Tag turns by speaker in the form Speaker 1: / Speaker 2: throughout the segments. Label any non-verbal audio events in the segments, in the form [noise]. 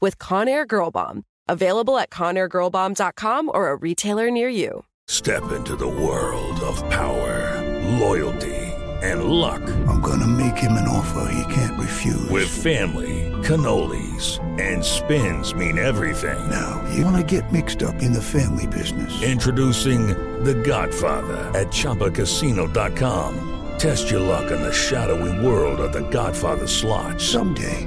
Speaker 1: with Conair Girl Bomb. Available at conairgirlbomb.com or a retailer near you.
Speaker 2: Step into the world of power, loyalty, and luck.
Speaker 3: I'm gonna make him an offer he can't refuse.
Speaker 2: With family, cannolis, and spins mean everything.
Speaker 3: Now, you wanna get mixed up in the family business.
Speaker 2: Introducing The Godfather at ChumbaCasino.com. Test your luck in the shadowy world of The Godfather slot.
Speaker 3: Someday,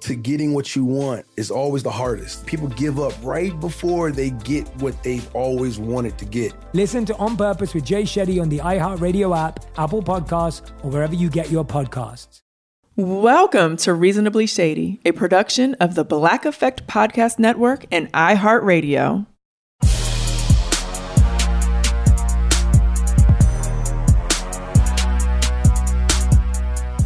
Speaker 4: to getting what you want is always the hardest. People give up right before they get what they've always wanted to get.
Speaker 5: Listen to On Purpose with Jay Shetty on the iHeartRadio app, Apple Podcasts, or wherever you get your podcasts.
Speaker 6: Welcome to Reasonably Shady, a production of the Black Effect Podcast Network and iHeartRadio.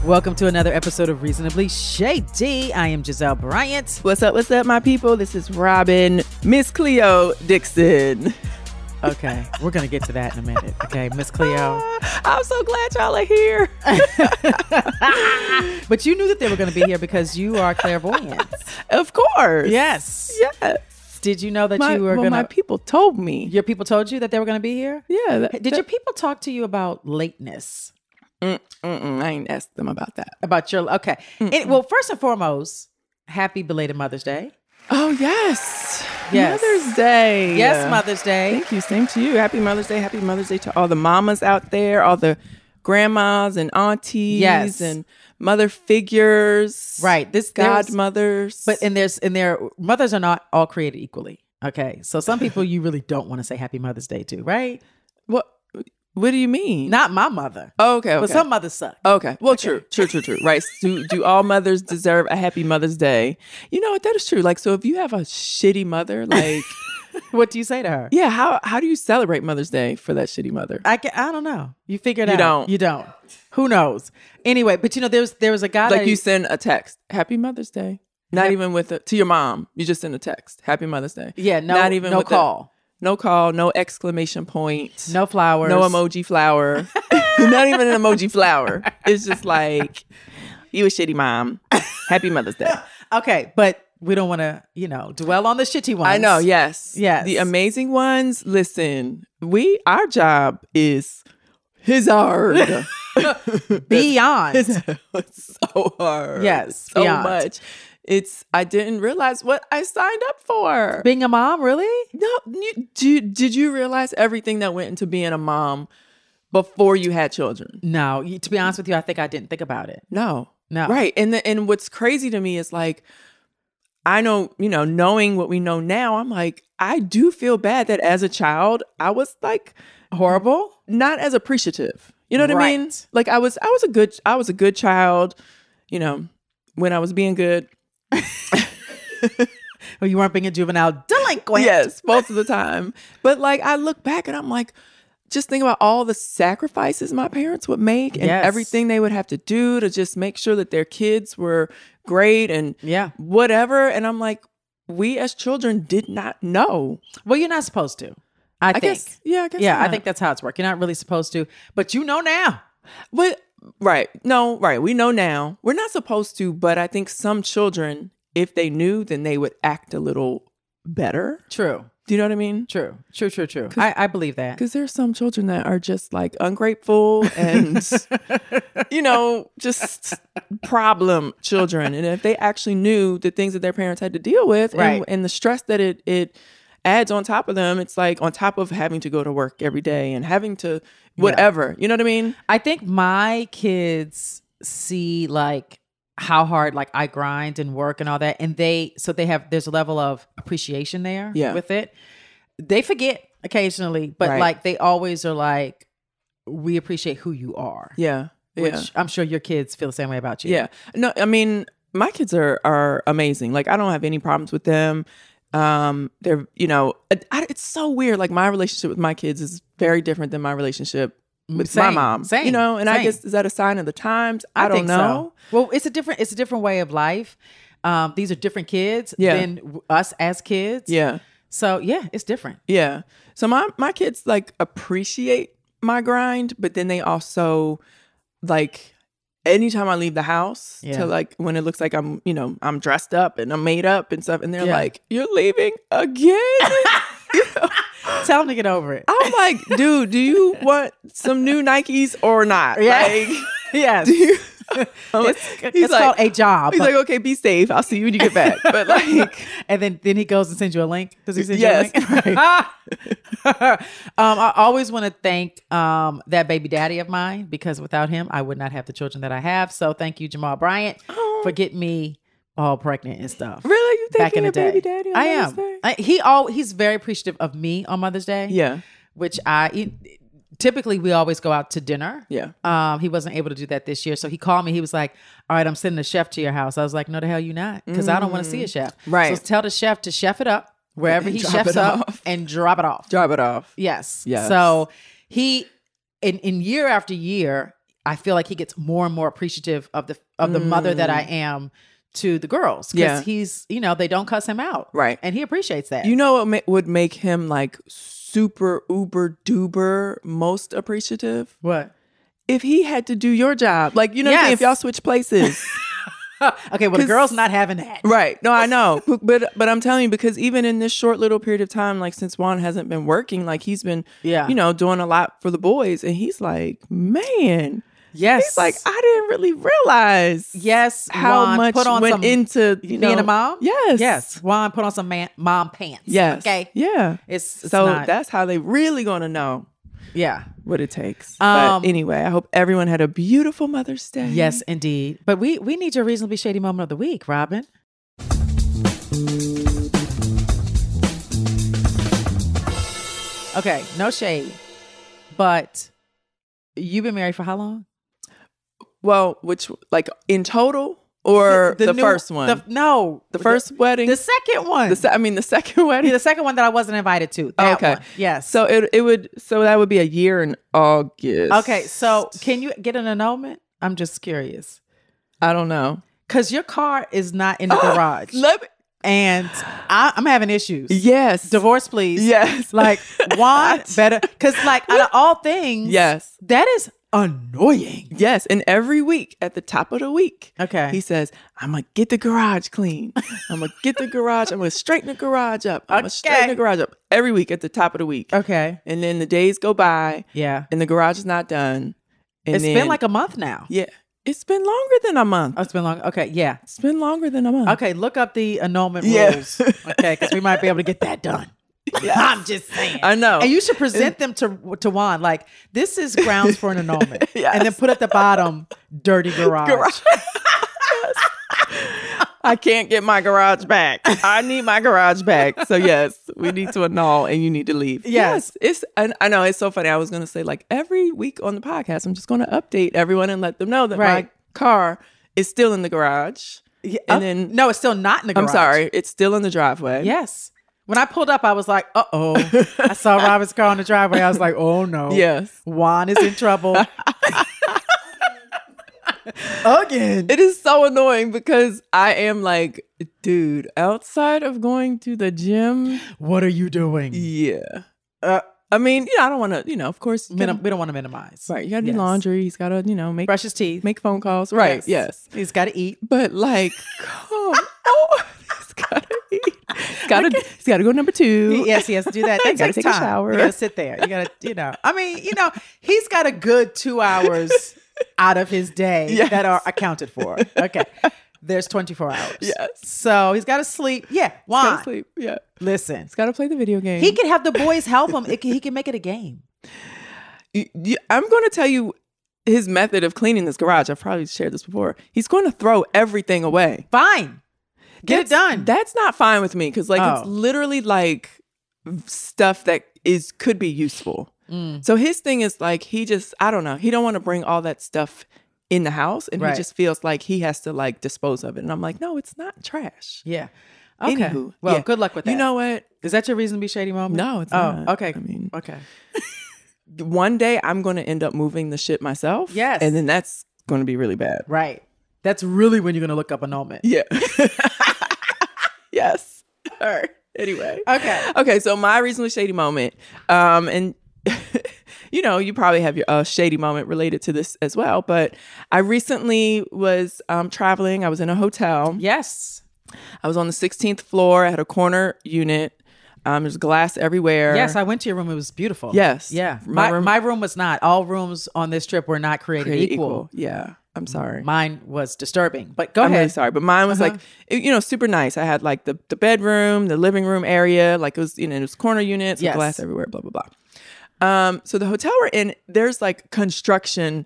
Speaker 7: Welcome to another episode of Reasonably Shady. I am Giselle Bryant.
Speaker 6: What's up, what's up, my people? This is Robin, Miss Cleo Dixon.
Speaker 7: Okay, we're gonna get to that in a minute. Okay,
Speaker 6: [laughs]
Speaker 7: Miss Cleo.
Speaker 6: Ah, I'm so glad y'all are here.
Speaker 7: [laughs] but you knew that they were gonna be here because you are clairvoyant.
Speaker 6: [laughs] Of course.
Speaker 7: Yes.
Speaker 6: Yes.
Speaker 7: Did you know that
Speaker 6: My,
Speaker 7: you were
Speaker 6: well,
Speaker 7: gonna
Speaker 6: my people told me.
Speaker 7: your people told you that they were gonna be here?
Speaker 6: Yeah. that-
Speaker 7: Did your people talk to you about lateness?
Speaker 6: Mm, mm-mm, I ain't asked them about that.
Speaker 7: About your okay. It, well, first and foremost, happy belated Mother's Day.
Speaker 6: Oh, yes.
Speaker 7: Yes.
Speaker 6: Mother's Day.
Speaker 7: Yes, Mother's Day.
Speaker 6: Thank you. Same to you. Happy Mother's Day. Happy Mother's Day to all the mamas out there, all the grandmas and aunties
Speaker 7: Yes.
Speaker 6: and mother figures.
Speaker 7: Right. This there's-
Speaker 6: Godmothers.
Speaker 7: But and there's and their mothers are not all created equally. Okay. So some people you really don't want to say happy Mother's Day to, right?
Speaker 6: what what do you mean?
Speaker 7: Not my mother.
Speaker 6: Oh, okay, okay.
Speaker 7: But some mothers suck.
Speaker 6: Okay. Well, true, true, true, true. Right. Do, do all mothers deserve a happy Mother's Day? You know what? That is true. Like, so if you have a shitty mother, [laughs] like,
Speaker 7: What do you say to her?
Speaker 6: yeah, how how do you celebrate Mother's Day for that shitty mother?
Speaker 7: I can, I don't know. You figure it
Speaker 6: You
Speaker 7: out.
Speaker 6: don't.
Speaker 7: You don't. Who knows? Anyway, but you know, there was there was a guy
Speaker 6: like,
Speaker 7: that
Speaker 6: you send a text, Happy Mother's Day. Not
Speaker 7: Yep.
Speaker 6: even with a, to your mom. You just send a text, Happy Mother's Day.
Speaker 7: yeah, no,
Speaker 6: not even
Speaker 7: no
Speaker 6: with a-
Speaker 7: call,
Speaker 6: no call, no exclamation point,
Speaker 7: no flowers,
Speaker 6: no emoji
Speaker 7: [laughs]
Speaker 6: flower, not even an emoji flower. It's
Speaker 7: [laughs]
Speaker 6: just like you a shitty mom. Happy Mother's Day.
Speaker 7: Okay, but we don't want to, you know, dwell on the shitty ones.
Speaker 6: I know. Yes.
Speaker 7: Yes.
Speaker 6: The amazing ones. Listen, we our job is his hard.
Speaker 7: [laughs]
Speaker 6: [laughs]
Speaker 7: beyond.
Speaker 6: it's
Speaker 7: [laughs]
Speaker 6: so hard.
Speaker 7: Yes,
Speaker 6: So
Speaker 7: beyond.
Speaker 6: much. It's I didn't realize what I signed up for.
Speaker 7: Being a mom, really?
Speaker 6: no, you, do, did you realize everything that went into being a mom before you had children?
Speaker 7: No, you- to be honest with you, I think I didn't think about it.
Speaker 6: No.
Speaker 7: No.
Speaker 6: Right. And the, and what's crazy to me is like I know, you know, knowing what we know now, I'm like I do feel bad that as a child, I was like horrible, not as appreciative. You know what I mean?
Speaker 7: Right.
Speaker 6: Like I was I was a good I was a good child, you know, when I was being good.
Speaker 7: [laughs] Or you weren't being a juvenile delinquent.
Speaker 6: Yes, most of the time. But like I look back and I'm like, just think about all the sacrifices my parents would make and
Speaker 7: Yes.
Speaker 6: everything they would have to do to just make sure that their kids were great and
Speaker 7: Yeah.
Speaker 6: whatever. And I'm like, we as children did not know.
Speaker 7: Well, you're not supposed to. I, think.
Speaker 6: guess. Yeah, I guess.
Speaker 7: yeah, I
Speaker 6: not.
Speaker 7: think that's how it's worked. You're not really supposed to, but you know now.
Speaker 6: But right, no, right. We know now. We're not supposed to, but I think some children, if they knew, then they would act a little better.
Speaker 7: True.
Speaker 6: Do you know what I mean?
Speaker 7: True. True. True. True. I, I believe that.
Speaker 6: Because there are some children that are just like ungrateful and,
Speaker 7: [laughs]
Speaker 6: you know, just problem children. And if they actually knew the things that their parents had to deal with
Speaker 7: Right.
Speaker 6: and, and the stress that it, it adds on top of them, it's like on top of having to go to work every day and having to whatever. You know what I mean?
Speaker 7: I think my kids see like how hard like I grind and work and all that, and they so they have there's a level of appreciation there
Speaker 6: Yeah.
Speaker 7: with it. They forget occasionally, but
Speaker 6: Right.
Speaker 7: like they always are like, we appreciate who you are.
Speaker 6: Yeah.
Speaker 7: Which
Speaker 6: yeah.
Speaker 7: I'm sure your kids feel the same way about you.
Speaker 6: Yeah. No, I mean, my kids are are amazing. Like I don't have any problems with them. Um, they're you know, I, I- it's so weird. Like my relationship with my kids is very different than my relationship with my
Speaker 7: Mm, Same,
Speaker 6: mom. You
Speaker 7: same,
Speaker 6: know, and I
Speaker 7: same.
Speaker 6: guess is that a sign of the times? I, don't
Speaker 7: think so.
Speaker 6: know.
Speaker 7: Well, it's a different it's a different way of life. Um, these are different kids
Speaker 6: Yeah.
Speaker 7: than w- us as kids.
Speaker 6: Yeah.
Speaker 7: So yeah, it's different.
Speaker 6: Yeah. So my my kids like appreciate my grind, but then they also like anytime I leave the house
Speaker 7: Yeah.
Speaker 6: to like when it looks like I'm, you know, I'm dressed up and I'm made up and stuff and they're
Speaker 7: Yeah.
Speaker 6: like, "You're leaving
Speaker 7: [laughs]
Speaker 6: again?"
Speaker 7: [gasps] Tell them to get over it. [laughs]
Speaker 6: I'm like, dude, do you want some new Nikes or not?
Speaker 7: Yeah.
Speaker 6: Like,
Speaker 7: [laughs] yes.
Speaker 6: do you?
Speaker 7: it's
Speaker 6: he's
Speaker 7: it's
Speaker 6: like-
Speaker 7: called a job.
Speaker 6: He's like, okay, be safe. I'll see you when you
Speaker 7: [laughs]
Speaker 6: get back. But like,
Speaker 7: and then then he goes and sends you a link. Does he send
Speaker 6: Yes,
Speaker 7: you a link? [laughs]
Speaker 6: [laughs]
Speaker 7: um, I always want to thank um, that baby daddy of mine because without him, I would not have the children that I have. So thank you, Jamal Bryant, for getting me all pregnant and stuff.
Speaker 6: Oh. really, you
Speaker 7: Back
Speaker 6: thinking
Speaker 7: in the
Speaker 6: of
Speaker 7: day,
Speaker 6: baby daddy? on
Speaker 7: I am.
Speaker 6: Mother's Day?
Speaker 7: I, he all he's very appreciative of me on Mother's Day.
Speaker 6: yeah,
Speaker 7: which I he- typically we always go out to dinner.
Speaker 6: yeah.
Speaker 7: Um, he wasn't able to do that this year, so he called me. He was like, "All right, I'm sending a chef to your house." I was like, "No, the hell you not, because I don't want to see a chef."
Speaker 6: Mm. Right.
Speaker 7: So tell the chef to chef it up
Speaker 6: [laughs]
Speaker 7: wherever he
Speaker 6: Drop
Speaker 7: chefs
Speaker 6: it
Speaker 7: up
Speaker 6: off.
Speaker 7: and drop it off.
Speaker 6: Drop it off.
Speaker 7: yes.
Speaker 6: Yes.
Speaker 7: So he, in in year after year, I feel like he gets more and more appreciative of the of the mother that I am to the girls because
Speaker 6: Mm. Yeah.
Speaker 7: he's you know they don't cuss him out
Speaker 6: Right.
Speaker 7: and he appreciates that
Speaker 6: You know what ma- would make him like super uber duber most appreciative?
Speaker 7: what
Speaker 6: If he had to do your job, like you know, what I'm saying?
Speaker 7: Yes.
Speaker 6: if y'all
Speaker 7: [laughs]
Speaker 6: switch places.
Speaker 7: [laughs] okay well the
Speaker 6: 'Cause-
Speaker 7: girls not having that
Speaker 6: Right. No, I know. [laughs] But, but but I'm telling you because even in this short little period of time like since Juan hasn't been working, like he's been
Speaker 7: Yeah.
Speaker 6: you know, doing a lot for the boys and he's like, "Man,
Speaker 7: yes
Speaker 6: he's like I didn't really realize
Speaker 7: Yes,
Speaker 6: how
Speaker 7: Juan,
Speaker 6: much
Speaker 7: put on
Speaker 6: went
Speaker 7: some
Speaker 6: into you
Speaker 7: being
Speaker 6: know,
Speaker 7: a mom.
Speaker 6: Yes.
Speaker 7: yes. Juan put on some man, mom pants.
Speaker 6: Yes.
Speaker 7: okay.
Speaker 6: Yeah.
Speaker 7: It's, it's
Speaker 6: so
Speaker 7: not-
Speaker 6: that's how they really going to know
Speaker 7: yeah.
Speaker 6: what it takes.
Speaker 7: Um,
Speaker 6: but anyway, I hope everyone had a beautiful Mother's Day.
Speaker 7: Yes, indeed. But we we need your reasonably shady moment of the week, Robin. Okay, no shade, but you've been married for how long?
Speaker 6: Well, which like in total or the,
Speaker 7: new-
Speaker 6: first one?
Speaker 7: the- no,
Speaker 6: The first wedding?
Speaker 7: The second one.
Speaker 6: The se- I mean the [laughs] second wedding.
Speaker 7: the second one that I wasn't invited to. That
Speaker 6: okay.
Speaker 7: one. Yes.
Speaker 6: So it it would so that would be a year in August.
Speaker 7: Okay, so can you get an annulment? I'm just curious.
Speaker 6: I don't know.
Speaker 7: Cause your car is not in the garage.
Speaker 6: Oh, Let me,
Speaker 7: and I, I'm having issues.
Speaker 6: yes.
Speaker 7: Divorce, please.
Speaker 6: Yes. [laughs]
Speaker 7: Like Juan better cause like out of all things,
Speaker 6: Yes.
Speaker 7: That is annoying.
Speaker 6: Yes, and every week at the top of the week,
Speaker 7: Okay.
Speaker 6: he says, "I'm gonna get the garage
Speaker 7: [laughs]
Speaker 6: clean. I'm gonna get the garage. I'm gonna straighten the garage up. I'm gonna straighten
Speaker 7: Okay.
Speaker 6: the garage up." Every week at the top of the week,
Speaker 7: Okay.
Speaker 6: and then the days go by,
Speaker 7: Yeah.
Speaker 6: and the garage is not done. And
Speaker 7: It's been like a month now.
Speaker 6: yeah, it's been longer than a month.
Speaker 7: Oh, it's been long. Okay, yeah.
Speaker 6: It's been longer than a month.
Speaker 7: Okay, look up the annulment
Speaker 6: Yeah.
Speaker 7: rules. Okay, because we might be able to get that
Speaker 6: [laughs]
Speaker 7: done. I'm just saying.
Speaker 6: I know.
Speaker 7: And you should present them to to Juan like this is grounds for an
Speaker 6: [laughs]
Speaker 7: annulment, and then put at the bottom dirty garage.
Speaker 6: Garage. I can't get my garage back. I need my garage back. So yes, we need to annul and you need to leave.
Speaker 7: Yes.
Speaker 6: Yes, it's I, I know it's so funny. I was going to say like every week on the podcast, I'm just going to update everyone and let them know that
Speaker 7: Right.
Speaker 6: my car is still in the garage.
Speaker 7: Uh,
Speaker 6: and then
Speaker 7: no, it's still not in the garage.
Speaker 6: I'm sorry, it's still in the driveway.
Speaker 7: Yes. When I pulled up, I was like, uh oh. I saw Robin's car on the driveway. I was like, oh no.
Speaker 6: Yes.
Speaker 7: Juan is in trouble.
Speaker 6: [laughs]
Speaker 7: Again.
Speaker 6: It is so annoying because I am like, dude, outside of going to the gym,
Speaker 7: What are you doing?
Speaker 6: yeah. Uh, I mean, you know, I don't want to, you know, of course, you
Speaker 7: Minim-
Speaker 6: gotta-
Speaker 7: we don't want to minimize.
Speaker 6: right? You got to
Speaker 7: Yes.
Speaker 6: do laundry. He's got to, you know, make
Speaker 7: Brush his teeth.
Speaker 6: make phone calls. Right? Yes.
Speaker 7: He's got to eat. [laughs]
Speaker 6: But like, come on, he's got to eat. He's got to. He's got to go number two.
Speaker 7: Yes, he has to do [laughs]
Speaker 6: [laughs]
Speaker 7: that. That
Speaker 6: You gotta
Speaker 7: takes
Speaker 6: take a
Speaker 7: time.
Speaker 6: shower.
Speaker 7: You got to sit there. You got to, you know. I mean, you know, he's got a good two [laughs] hours out of his day
Speaker 6: Yes.
Speaker 7: that are accounted for. Okay, there's 24 hours.
Speaker 6: Yes.
Speaker 7: So he's got to sleep. Yeah,
Speaker 6: Got to
Speaker 7: Juan.
Speaker 6: sleep. Yeah.
Speaker 7: Listen,
Speaker 6: He's got to play the video game.
Speaker 7: he can have the boys help him. It can, he can make it a [laughs] game.
Speaker 6: you- you- I'm going to tell you his method of cleaning this garage. I've probably shared this before. He's going to throw everything away.
Speaker 7: Fine, get it
Speaker 6: That's-
Speaker 7: done.
Speaker 6: That's not fine with me because like
Speaker 7: Oh.
Speaker 6: it's literally like stuff that is could be useful.
Speaker 7: Mm.
Speaker 6: So his thing is like he just I don't know he don't want to bring all that stuff in the house and
Speaker 7: Right.
Speaker 6: he just feels like he has to like dispose of it and I'm like no it's not trash.
Speaker 7: yeah. Okay.
Speaker 6: Anywho,
Speaker 7: well,
Speaker 6: yeah.
Speaker 7: good luck with that.
Speaker 6: You know what?
Speaker 7: is that your reason to be shady, mom?
Speaker 6: No, it's
Speaker 7: oh,
Speaker 6: not.
Speaker 7: okay.
Speaker 6: I mean-
Speaker 7: okay.
Speaker 6: [laughs] One day I'm going to end up moving the shit myself.
Speaker 7: Yes.
Speaker 6: and then that's going to be really bad.
Speaker 7: Right. That's really when you're going to look up annulment.
Speaker 6: Yeah. [laughs] yes. All right. Anyway.
Speaker 7: Okay.
Speaker 6: Okay. So my reasonably shady moment, um, and [laughs] you know, you probably have your uh, shady moment related to this as well. But I recently was um, traveling. I was in a hotel.
Speaker 7: Yes.
Speaker 6: I was on the 16th floor. I had a corner unit. Um, there's glass everywhere.
Speaker 7: Yes, I went to your room. It was beautiful.
Speaker 6: Yes.
Speaker 7: Yeah.
Speaker 6: My
Speaker 7: My,
Speaker 6: room-
Speaker 7: my room was not. All rooms on this trip were not created,
Speaker 6: Created
Speaker 7: equal.
Speaker 6: Yeah. I'm sorry.
Speaker 7: Mine was disturbing. But go
Speaker 6: I'm really
Speaker 7: ahead. Uh-huh.
Speaker 6: sorry, but mine was like it- you know super nice. I had like the the bedroom, the living room area, like it was you know it was corner units, with
Speaker 7: Yes.
Speaker 6: glass everywhere, blah blah blah. Um, so the hotel we're in, there's like construction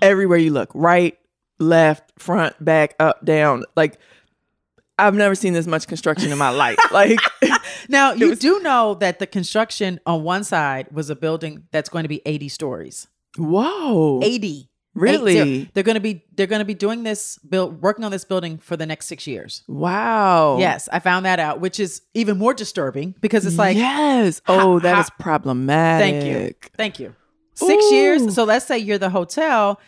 Speaker 6: everywhere you look, right, left, front, back, up, down. Like I've never seen this much construction
Speaker 7: [laughs]
Speaker 6: in my life. Like [laughs]
Speaker 7: Now you do know that the construction on one side was a building that's going to be 80 stories.
Speaker 6: whoa,
Speaker 7: 80.
Speaker 6: Really?
Speaker 7: 80. They're going to be they're going to be doing this build working on this building for the next 6 years.
Speaker 6: wow,
Speaker 7: Yes, I found that out, which is even more disturbing because it's like
Speaker 6: yes.
Speaker 7: ho-
Speaker 6: Oh, that
Speaker 7: ho-
Speaker 6: is problematic.
Speaker 7: Thank you. Thank you. Six
Speaker 6: Ooh.
Speaker 7: years. So let's say you're the hotel.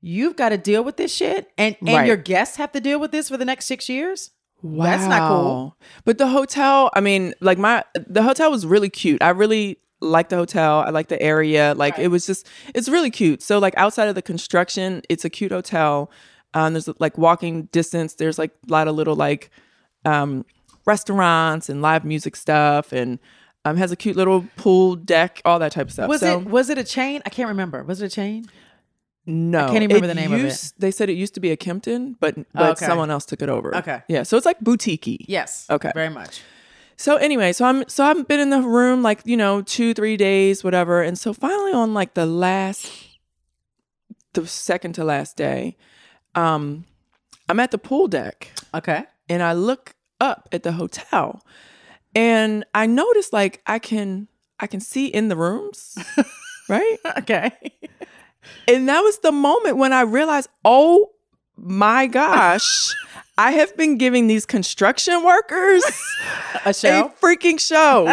Speaker 7: You've got to deal with this shit. And and
Speaker 6: Right.
Speaker 7: your guests have to deal with this for the next six years.
Speaker 6: Wow.
Speaker 7: That's not cool.
Speaker 6: But the hotel, I mean, like my the hotel was really cute. I really liked the hotel. I liked the area. Like it was just it's really cute. So like outside of the construction, it's a cute hotel. Um there's like walking distance. There's like a lot of little like um restaurants and live music stuff and um has a cute little pool deck, all that type of stuff.
Speaker 7: Was
Speaker 6: so,
Speaker 7: it was it a chain? I can't remember. Was it a chain?
Speaker 6: no,
Speaker 7: I can't even remember the name of it.
Speaker 6: used- They said Oh, it used to be a Kempton, but but
Speaker 7: Okay.
Speaker 6: someone else took it over.
Speaker 7: Okay.
Speaker 6: yeah. So it's like boutique.
Speaker 7: Yes.
Speaker 6: Okay.
Speaker 7: Very much.
Speaker 6: So anyway, so I'm so I've been in the room like you know two three days whatever, and so finally on like the last, the second to last day, um, I'm at the pool deck
Speaker 7: Okay.
Speaker 6: and I look up at the hotel, and I notice like I can I can see in
Speaker 7: [laughs]
Speaker 6: the rooms, right?
Speaker 7: Okay.
Speaker 6: And that was the moment when I realized, oh
Speaker 7: [laughs]
Speaker 6: my gosh, I have been giving these construction workers
Speaker 7: A show.
Speaker 6: a freaking
Speaker 7: [laughs]
Speaker 6: show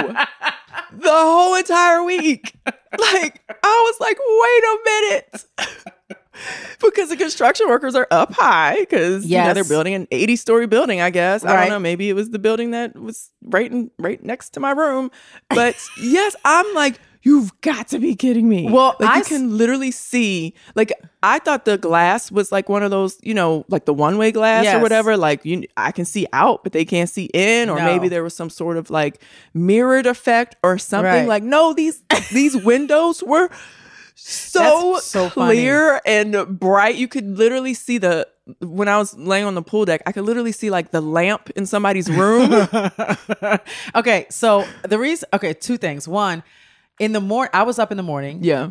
Speaker 6: the whole entire week. Like, I was like, wait a minute. [laughs] because the construction workers are up high because you know,
Speaker 7: Yes.
Speaker 6: they're building an 80 story building, I guess. I
Speaker 7: Right.
Speaker 6: don't know. Maybe it was the building that was right in, right next to my room. But yes, I'm like, you've got to be kidding me.
Speaker 7: Well,
Speaker 6: like,
Speaker 7: I
Speaker 6: you
Speaker 7: s-
Speaker 6: can literally see, like, I thought the glass was like one of those, you know, like the one way glass
Speaker 7: Yes.
Speaker 6: or whatever. Like, you, I can see out, but they can't see in, or
Speaker 7: No.
Speaker 6: maybe there was some sort of like mirrored effect or something.
Speaker 7: Right.
Speaker 6: Like, no, these these windows were so,
Speaker 7: That's so funny.
Speaker 6: clear and bright. You could literally see the when I was laying on the pool deck, I could literally see like the lamp in [laughs] somebody's room.
Speaker 7: okay. So the reason okay, two things. One, in the morning I was up in the morning.
Speaker 6: yeah.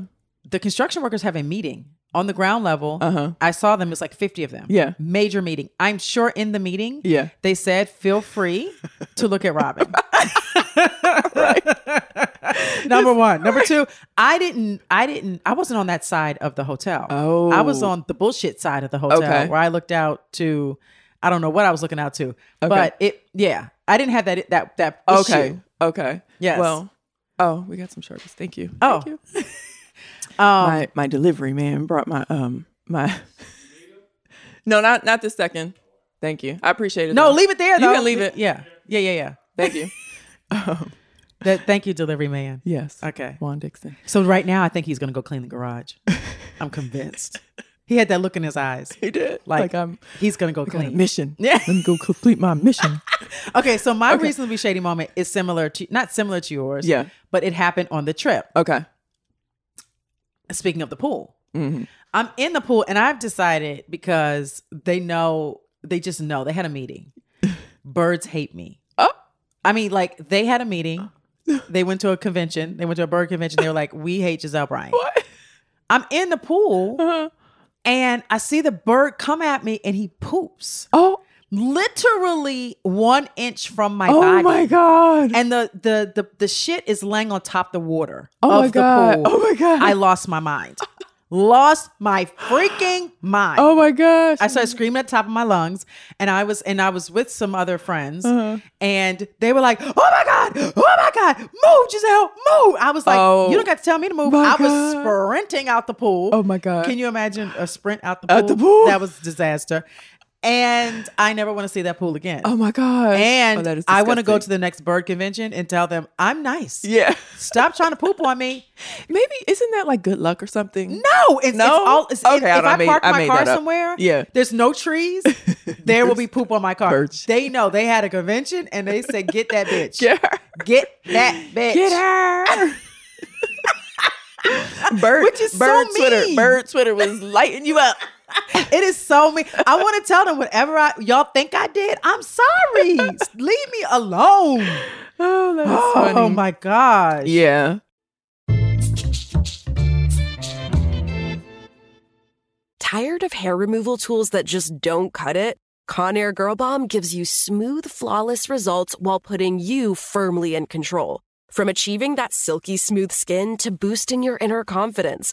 Speaker 7: The construction workers have a meeting on the ground level.
Speaker 6: Uh-huh.
Speaker 7: I saw them. It's like 50 of them.
Speaker 6: Yeah.
Speaker 7: Major meeting. I'm sure in the meeting,
Speaker 6: Yeah.
Speaker 7: they said, feel free to look at
Speaker 6: [laughs]
Speaker 7: Robin. [laughs] Number one. Number
Speaker 6: [laughs]
Speaker 7: two, I didn't, I didn't, I wasn't on that side of the hotel.
Speaker 6: Oh.
Speaker 7: I was on the bullshit side of the hotel
Speaker 6: Okay.
Speaker 7: where I looked out to, I don't know what I was looking out to, but it, yeah, I didn't have that, that, that issue.
Speaker 6: Okay. Okay.
Speaker 7: Yes.
Speaker 6: Well, oh, we got some sharpies. Thank you.
Speaker 7: Oh.
Speaker 6: Thank you.
Speaker 7: [laughs] Um,
Speaker 6: my my delivery man brought my um my no not not this second thank you i appreciate it
Speaker 7: no,
Speaker 6: though.
Speaker 7: leave it there
Speaker 6: You
Speaker 7: though.
Speaker 6: can leave it.
Speaker 7: Yeah. Yeah. Yeah. Yeah.
Speaker 6: thank [laughs] you
Speaker 7: [laughs] That, thank you, delivery man.
Speaker 6: yes
Speaker 7: Okay.
Speaker 6: juan dixon
Speaker 7: So right now, I think he's gonna go clean the garage. [laughs] I'm convinced. He had that look in his eyes,
Speaker 6: he did
Speaker 7: like,
Speaker 6: i'm
Speaker 7: he's gonna go
Speaker 6: I got a
Speaker 7: clean.
Speaker 6: mission
Speaker 7: Yeah.
Speaker 6: let me go complete my [laughs] mission
Speaker 7: Okay, so
Speaker 6: [laughs]
Speaker 7: my reasonably shady moment is similar to not similar to yours,
Speaker 6: Yeah.
Speaker 7: but it happened on the trip.
Speaker 6: okay
Speaker 7: Speaking of the pool,
Speaker 6: Mm-hmm.
Speaker 7: I'm in the pool, and I've decided because they know they just know they had a
Speaker 6: [laughs]
Speaker 7: meeting. Birds hate me.
Speaker 6: Oh.
Speaker 7: I mean, like they had a meeting. They went to a convention. They went to a bird convention. They were like, "We hate Giselle Bryant."
Speaker 6: what
Speaker 7: I'm in the pool
Speaker 6: Uh-huh.
Speaker 7: and I see the bird come at me and he poops.
Speaker 6: oh
Speaker 7: Literally one inch from my
Speaker 6: oh
Speaker 7: body.
Speaker 6: my god
Speaker 7: And the, the the the shit is laying on top the water
Speaker 6: Oh
Speaker 7: of
Speaker 6: my
Speaker 7: the
Speaker 6: God.
Speaker 7: pool.
Speaker 6: Oh my God.
Speaker 7: I lost my mind. lost my freaking mind.
Speaker 6: oh my gosh
Speaker 7: I started screaming at the top of my lungs, and I was and I was with some other friends,
Speaker 6: Uh-huh.
Speaker 7: and they were like, "Oh my god, oh my god, move, Giselle, move!" I was like,
Speaker 6: Oh,
Speaker 7: "You don't got to tell me to move."
Speaker 6: my
Speaker 7: I was
Speaker 6: God.
Speaker 7: sprinting out the pool.
Speaker 6: Oh, my God.
Speaker 7: Can you imagine a sprint out the pool?
Speaker 6: Out the pool?
Speaker 7: That was disaster, and I never want to see that pool again.
Speaker 6: oh my gosh
Speaker 7: and
Speaker 6: Oh, that is
Speaker 7: I want to go to
Speaker 6: disgusting.
Speaker 7: the next bird convention and tell them I'm nice.
Speaker 6: yeah
Speaker 7: Stop trying to poop on me.
Speaker 6: maybe isn't that like good luck or something
Speaker 7: No, it's,
Speaker 6: No?
Speaker 7: it's all. It's,
Speaker 6: Okay,
Speaker 7: if
Speaker 6: I
Speaker 7: I,
Speaker 6: don't- I made-
Speaker 7: park
Speaker 6: I
Speaker 7: my
Speaker 6: made
Speaker 7: car
Speaker 6: that up.
Speaker 7: somewhere,
Speaker 6: Yeah.
Speaker 7: there's no trees. There
Speaker 6: [laughs]
Speaker 7: will be poop on my car.
Speaker 6: Birds.
Speaker 7: They know they had a convention and they said, "Get that bitch,
Speaker 6: [laughs] Get her.
Speaker 7: Get that bitch."
Speaker 6: Get her. [laughs] Bird,
Speaker 7: Which is so
Speaker 6: bird Twitter,
Speaker 7: mean.
Speaker 6: bird Twitter was lighting you up.
Speaker 7: [laughs] It is so me. I want to tell them whatever I, y'all think I did. I'm sorry. Leave me alone.
Speaker 6: [laughs] Oh, that's
Speaker 7: Oh my gosh.
Speaker 6: Yeah.
Speaker 1: Tired of hair removal tools that just don't cut it? Conair Girl Bomb gives you smooth, flawless results while putting you firmly in control. From achieving that silky smooth skin to boosting your inner confidence,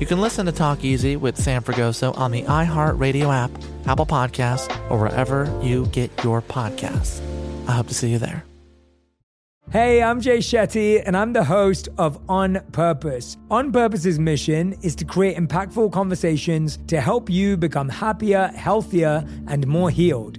Speaker 8: You can listen to Talk Easy with Sam Fragoso on the iHeartRadio app, Apple Podcasts, or wherever you get your podcasts. I hope to see you there.
Speaker 5: Hey, I'm Jay Shetty, and I'm the host of On Purpose. On Purpose's mission is to create impactful conversations to help you become happier, healthier, and more healed.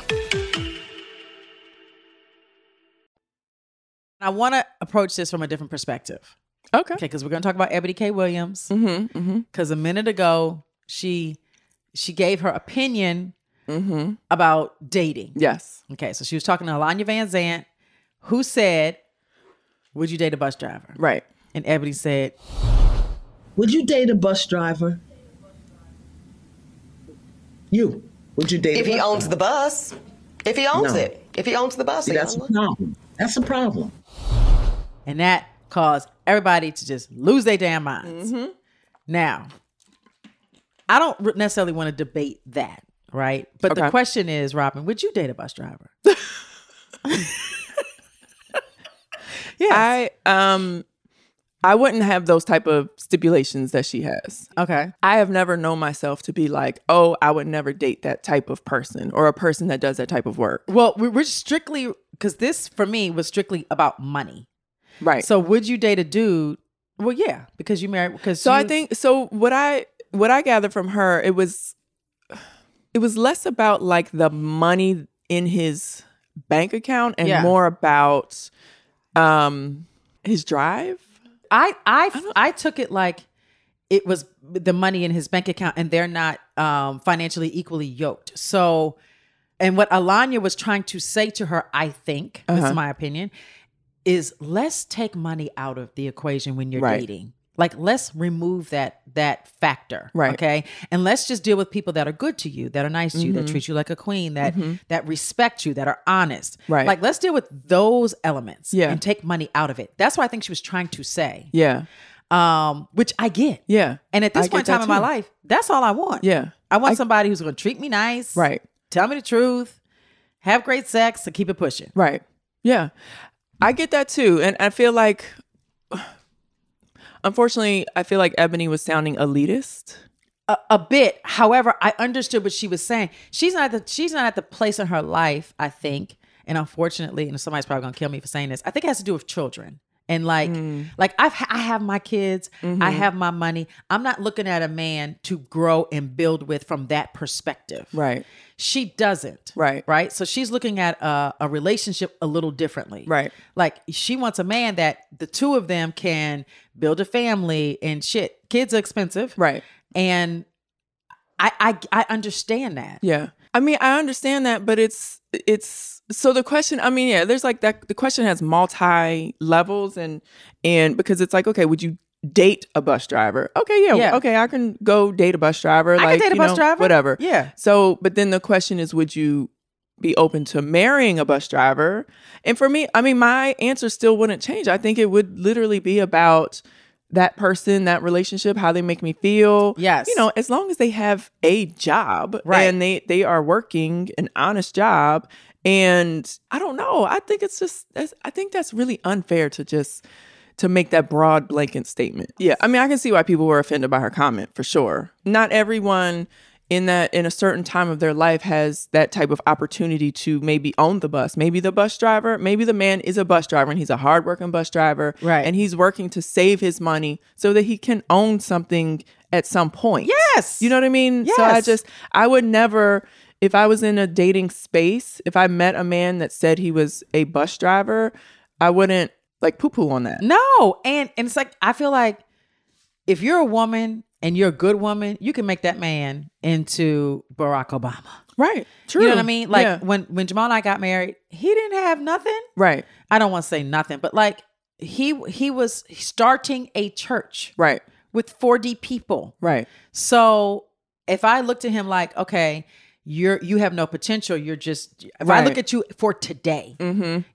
Speaker 7: I want to approach this from a different perspective.
Speaker 6: Okay. Mm-hmm,
Speaker 7: Okay, because we're going to talk about Ebony K. Williams. Because a minute ago, she she gave her opinion about dating.
Speaker 6: Mm-hmm. Yes.
Speaker 7: Okay, so she was talking to Alanya Van Zant, who said, "Would you date a bus driver?"
Speaker 6: Right.
Speaker 7: And Ebony said,
Speaker 9: Would you date a bus driver? You. Would you date
Speaker 10: If
Speaker 9: a bus
Speaker 10: he owns the bus, if he owns
Speaker 9: No.
Speaker 10: it, if he owns the bus,
Speaker 9: See,
Speaker 10: he
Speaker 9: that's
Speaker 10: owns
Speaker 9: a problem. That's a problem.
Speaker 7: and that caused everybody to just lose their damn minds.
Speaker 10: Mm-hmm.
Speaker 7: Now, I don't re- necessarily want to debate that, right? But the
Speaker 6: Okay.
Speaker 7: question is, Robin, would you date a bus driver?
Speaker 6: Yeah. I um I wouldn't have those type of stipulations that she has.
Speaker 7: Okay.
Speaker 6: I have never known myself to be like, "Oh, I would never date that type of person or a person that does that type of work."
Speaker 7: Well, Oh, we- we're strictly because this for me was strictly about money,
Speaker 6: right?
Speaker 7: So, would you date a dude? Well, yeah, because you married. Because
Speaker 6: So I
Speaker 7: you-
Speaker 6: think so what I what I gathered from her it was it was less about like the money in his bank account and
Speaker 7: Yeah.
Speaker 6: more about um his drive.
Speaker 7: I I I took it like it was the money in his bank account, and they're not um, financially equally yoked. So, and what Alanya was trying to say to her, I think this
Speaker 6: Uh-huh.
Speaker 7: is my opinion, is let's take money out of the equation when you're
Speaker 6: Right.
Speaker 7: dating. Like let's remove that that factor,
Speaker 6: Right.
Speaker 7: Okay, and let's just deal with people that are good to you, that are nice to you, that
Speaker 6: Mhm.
Speaker 7: treat you like a queen, that
Speaker 6: Mhm.
Speaker 7: that respect you, that are honest.
Speaker 6: Right.
Speaker 7: Like let's deal with those elements
Speaker 6: Yeah.
Speaker 7: and take money out of it. That's what I think she was trying to say
Speaker 6: Yeah.
Speaker 7: um, which I get.
Speaker 6: Yeah.
Speaker 7: And at
Speaker 6: I
Speaker 7: this
Speaker 6: get
Speaker 7: point in
Speaker 6: that
Speaker 7: time in my
Speaker 6: too.
Speaker 7: life, that's all I want.
Speaker 6: Yeah.
Speaker 7: I want somebody who's going to treat me nice.
Speaker 6: Right.
Speaker 7: Tell me the truth. Have great sex and keep it pushing.
Speaker 6: Right. Yeah. I get that too. And I feel like, [sighs] unfortunately, I feel like Ebony was sounding elitist.
Speaker 7: A, a bit. However, I understood what she was saying. She's not at the she's not at the place in her life, I think. And unfortunately, and somebody's probably going to kill me for saying this. I think it has to do with children. And like
Speaker 6: Mm.
Speaker 7: like I've ha- I have my kids, I
Speaker 6: Mhm.
Speaker 7: have my money. I'm not looking at a man to grow and build with from that perspective.
Speaker 6: Right.
Speaker 7: She doesn't.
Speaker 6: Right.
Speaker 7: Right. So she's looking at a, a relationship a little differently.
Speaker 6: Right.
Speaker 7: Like she wants a man that the two of them can build a family and shit. Kids are expensive.
Speaker 6: Right.
Speaker 7: And I I, I understand that.
Speaker 6: Yeah. I mean, I understand that, but it's, it's, so the question, I mean, yeah, there's like that, the question has multi levels and, and because it's like, okay, would you date a bus driver? Okay. Yeah.
Speaker 7: Yeah.
Speaker 6: Okay. I can go date a bus driver.
Speaker 7: I
Speaker 6: like,
Speaker 7: can date a
Speaker 6: you
Speaker 7: bus
Speaker 6: know,
Speaker 7: driver.
Speaker 6: Whatever.
Speaker 7: Yeah.
Speaker 6: So, but then the question is, would you be open to marrying a bus driver? And for me, I mean, my answer still wouldn't change. I think it would literally be about that person, that relationship, how they make me feel.
Speaker 7: Yes.
Speaker 6: You know, as long as they have a job
Speaker 7: Right.
Speaker 6: and they they are working an honest job and I don't know. I think it's just that's, I think that's really unfair to just to make that broad blanket statement. Yeah, I mean, I can see why people were offended by her comment for sure. Not everyone in that in a certain time of their life has that type of opportunity to maybe own the bus. Maybe the bus driver, maybe the man is a bus driver and he's a hardworking bus driver. Right. And he's working to save his money so that he can own something at some point. Yes. You know what I mean? So I
Speaker 7: Yes.
Speaker 6: just I would never if I was in a dating space, if I met a man that said he was a bus driver, I wouldn't like poo poo on that.
Speaker 7: No, Oh, and and it's like I feel like if you're a woman and you're a good woman, you can make that man into Barack Obama.
Speaker 6: Right. True.
Speaker 7: You know what I mean? Like
Speaker 6: Yeah.
Speaker 7: when when Jamal and I got married, he didn't have nothing.
Speaker 6: Right.
Speaker 7: I don't want to say nothing, but like he he was starting a church.
Speaker 6: Right.
Speaker 7: With 4D people.
Speaker 6: Right.
Speaker 7: So if I looked at him like, okay, you're you have no potential. You're just if I
Speaker 6: Right. Mm-hmm.
Speaker 7: look at you for today,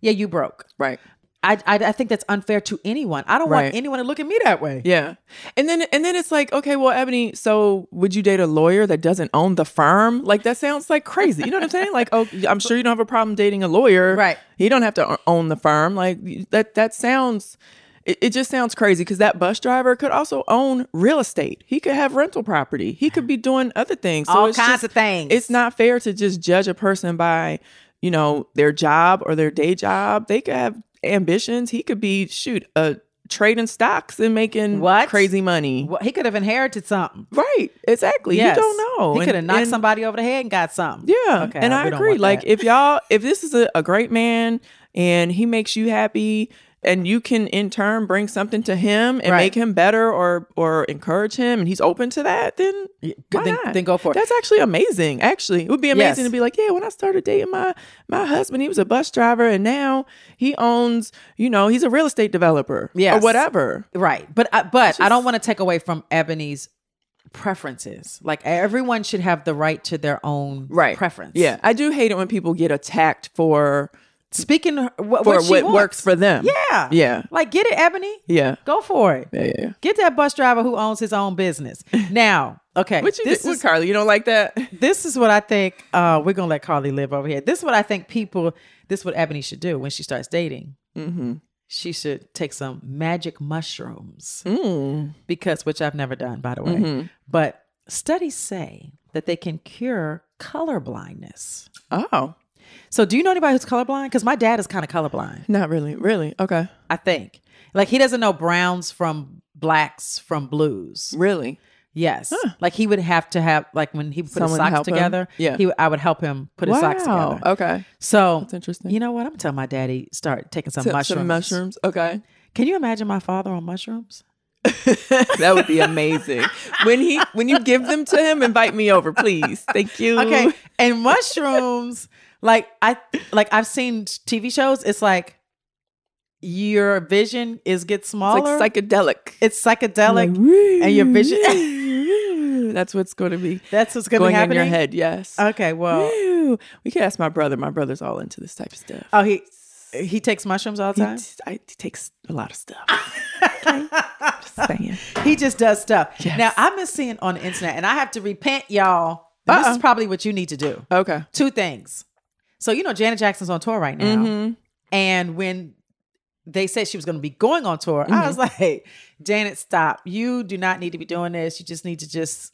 Speaker 7: yeah, you broke.
Speaker 6: Right.
Speaker 7: I, I I think that's unfair to anyone. I don't
Speaker 6: Right.
Speaker 7: want anyone to look at me that way.
Speaker 6: Yeah. And then and then it's like, okay, well, Ebony, so would you date a lawyer that doesn't own the firm? Like that sounds like crazy. You know what I'm saying? Like, oh, I'm sure you don't have a problem dating a lawyer. Right. He don't have to o- own the firm. Like that that sounds it, it just sounds crazy because that bus driver could also own real estate. He could have rental property. He could be doing other things.
Speaker 7: All
Speaker 6: it's
Speaker 7: kinds
Speaker 6: just-
Speaker 7: of things.
Speaker 6: It's not fair to just judge a person by, you know, their job or their day job. They could have ambitions. He could be shoot a trading stocks and making what crazy money.
Speaker 7: Well, he could have inherited something.
Speaker 6: Right. Exactly.
Speaker 7: Yes.
Speaker 6: You don't know.
Speaker 7: He could have
Speaker 6: And-
Speaker 7: knocked
Speaker 6: and-
Speaker 7: somebody over the head and got something.
Speaker 6: Yeah.
Speaker 7: Okay.
Speaker 6: and I
Speaker 7: we don't
Speaker 6: agree.
Speaker 7: want
Speaker 6: Like
Speaker 7: that.
Speaker 6: if y'all if this is a, a great man and he makes you happy and you can in turn bring something to him and
Speaker 7: Right.
Speaker 6: make him better or or encourage him and he's open to that, then why
Speaker 7: then-
Speaker 6: not?
Speaker 7: then go for it.
Speaker 6: That's actually amazing. Actually, it would be amazing
Speaker 7: Yes.
Speaker 6: to be like, yeah, when I started dating my my husband, he was a bus driver and now he owns, you know, he's a real estate developer.
Speaker 7: Yes.
Speaker 6: Or whatever.
Speaker 7: Right. But I, but I don't want to take away from Ebony's preferences. Like everyone should have the right to their own right. preference.
Speaker 6: Yeah, I do hate it when people get attacked for
Speaker 7: speaking wh-
Speaker 6: for
Speaker 7: what she wants.
Speaker 6: works for them.
Speaker 7: Yeah.
Speaker 6: yeah,
Speaker 7: Like get it, Ebony.
Speaker 6: yeah.
Speaker 7: Go for it.
Speaker 6: Yeah, yeah, yeah.
Speaker 7: [laughs] Get that bus driver who owns his own business. Now, okay.
Speaker 6: What you did- what, Carly? You don't like that?
Speaker 7: This is what I think uh, we're gonna let Carly live over here. This is what I think people. This is what Ebony should do when she starts dating.
Speaker 6: Mm-hmm.
Speaker 7: She should take some magic mushrooms
Speaker 6: Mm.
Speaker 7: because, which I've never done, by the way.
Speaker 6: Mhm.
Speaker 7: But studies say that they can cure color blindness.
Speaker 6: Oh,
Speaker 7: so do you know anybody who's colorblind? Because my dad is kind of colorblind.
Speaker 6: Not really, really. Okay,
Speaker 7: I think like he doesn't know browns from blacks from blues.
Speaker 6: Really?
Speaker 7: Yes. Like he would have to have like when he would put
Speaker 6: Someone
Speaker 7: his
Speaker 6: help
Speaker 7: socks
Speaker 6: him?
Speaker 7: together.
Speaker 6: Yeah.
Speaker 7: He, would- I would help him put his socks
Speaker 6: Wow,
Speaker 7: together.
Speaker 6: Okay.
Speaker 7: So
Speaker 6: That's interesting.
Speaker 7: You know what? I'm telling my daddy start taking some
Speaker 6: Some- some
Speaker 7: mushrooms. [laughs]
Speaker 6: mushrooms, Okay.
Speaker 7: Can you imagine my father on mushrooms?
Speaker 6: that would be amazing. when he when you give them to him, invite me over, please. Thank you. [laughs]
Speaker 7: Okay. And mushrooms, like I like I've seen TV shows. It's like your vision is gets smaller.
Speaker 6: psychedelic.
Speaker 7: It's psychedelic, and your vision.
Speaker 6: [laughs] That's what's going to be.
Speaker 7: That's what's going to
Speaker 6: going
Speaker 7: be
Speaker 6: on in
Speaker 7: happening
Speaker 6: your head. Yes.
Speaker 7: Okay. Well,
Speaker 6: Woo. we could ask my brother. My brother's all into this type of stuff.
Speaker 7: Oh, he he takes mushrooms all the
Speaker 6: He
Speaker 7: time.
Speaker 6: t- I- he takes a lot
Speaker 7: [laughs]
Speaker 6: of stuff.
Speaker 7: He just does stuff. Now I've been seeing on the internet, and I have to repent, y'all. And This is probably what you need to do.
Speaker 6: Uh-uh. Okay.
Speaker 7: Two things. So you know Janet Jackson's on tour right now,
Speaker 6: Mm-hmm.
Speaker 7: and when they said she was going to be going on tour, I
Speaker 6: Mm-hmm.
Speaker 7: was like, Janet, stop. You do not need to be doing this. You just need to just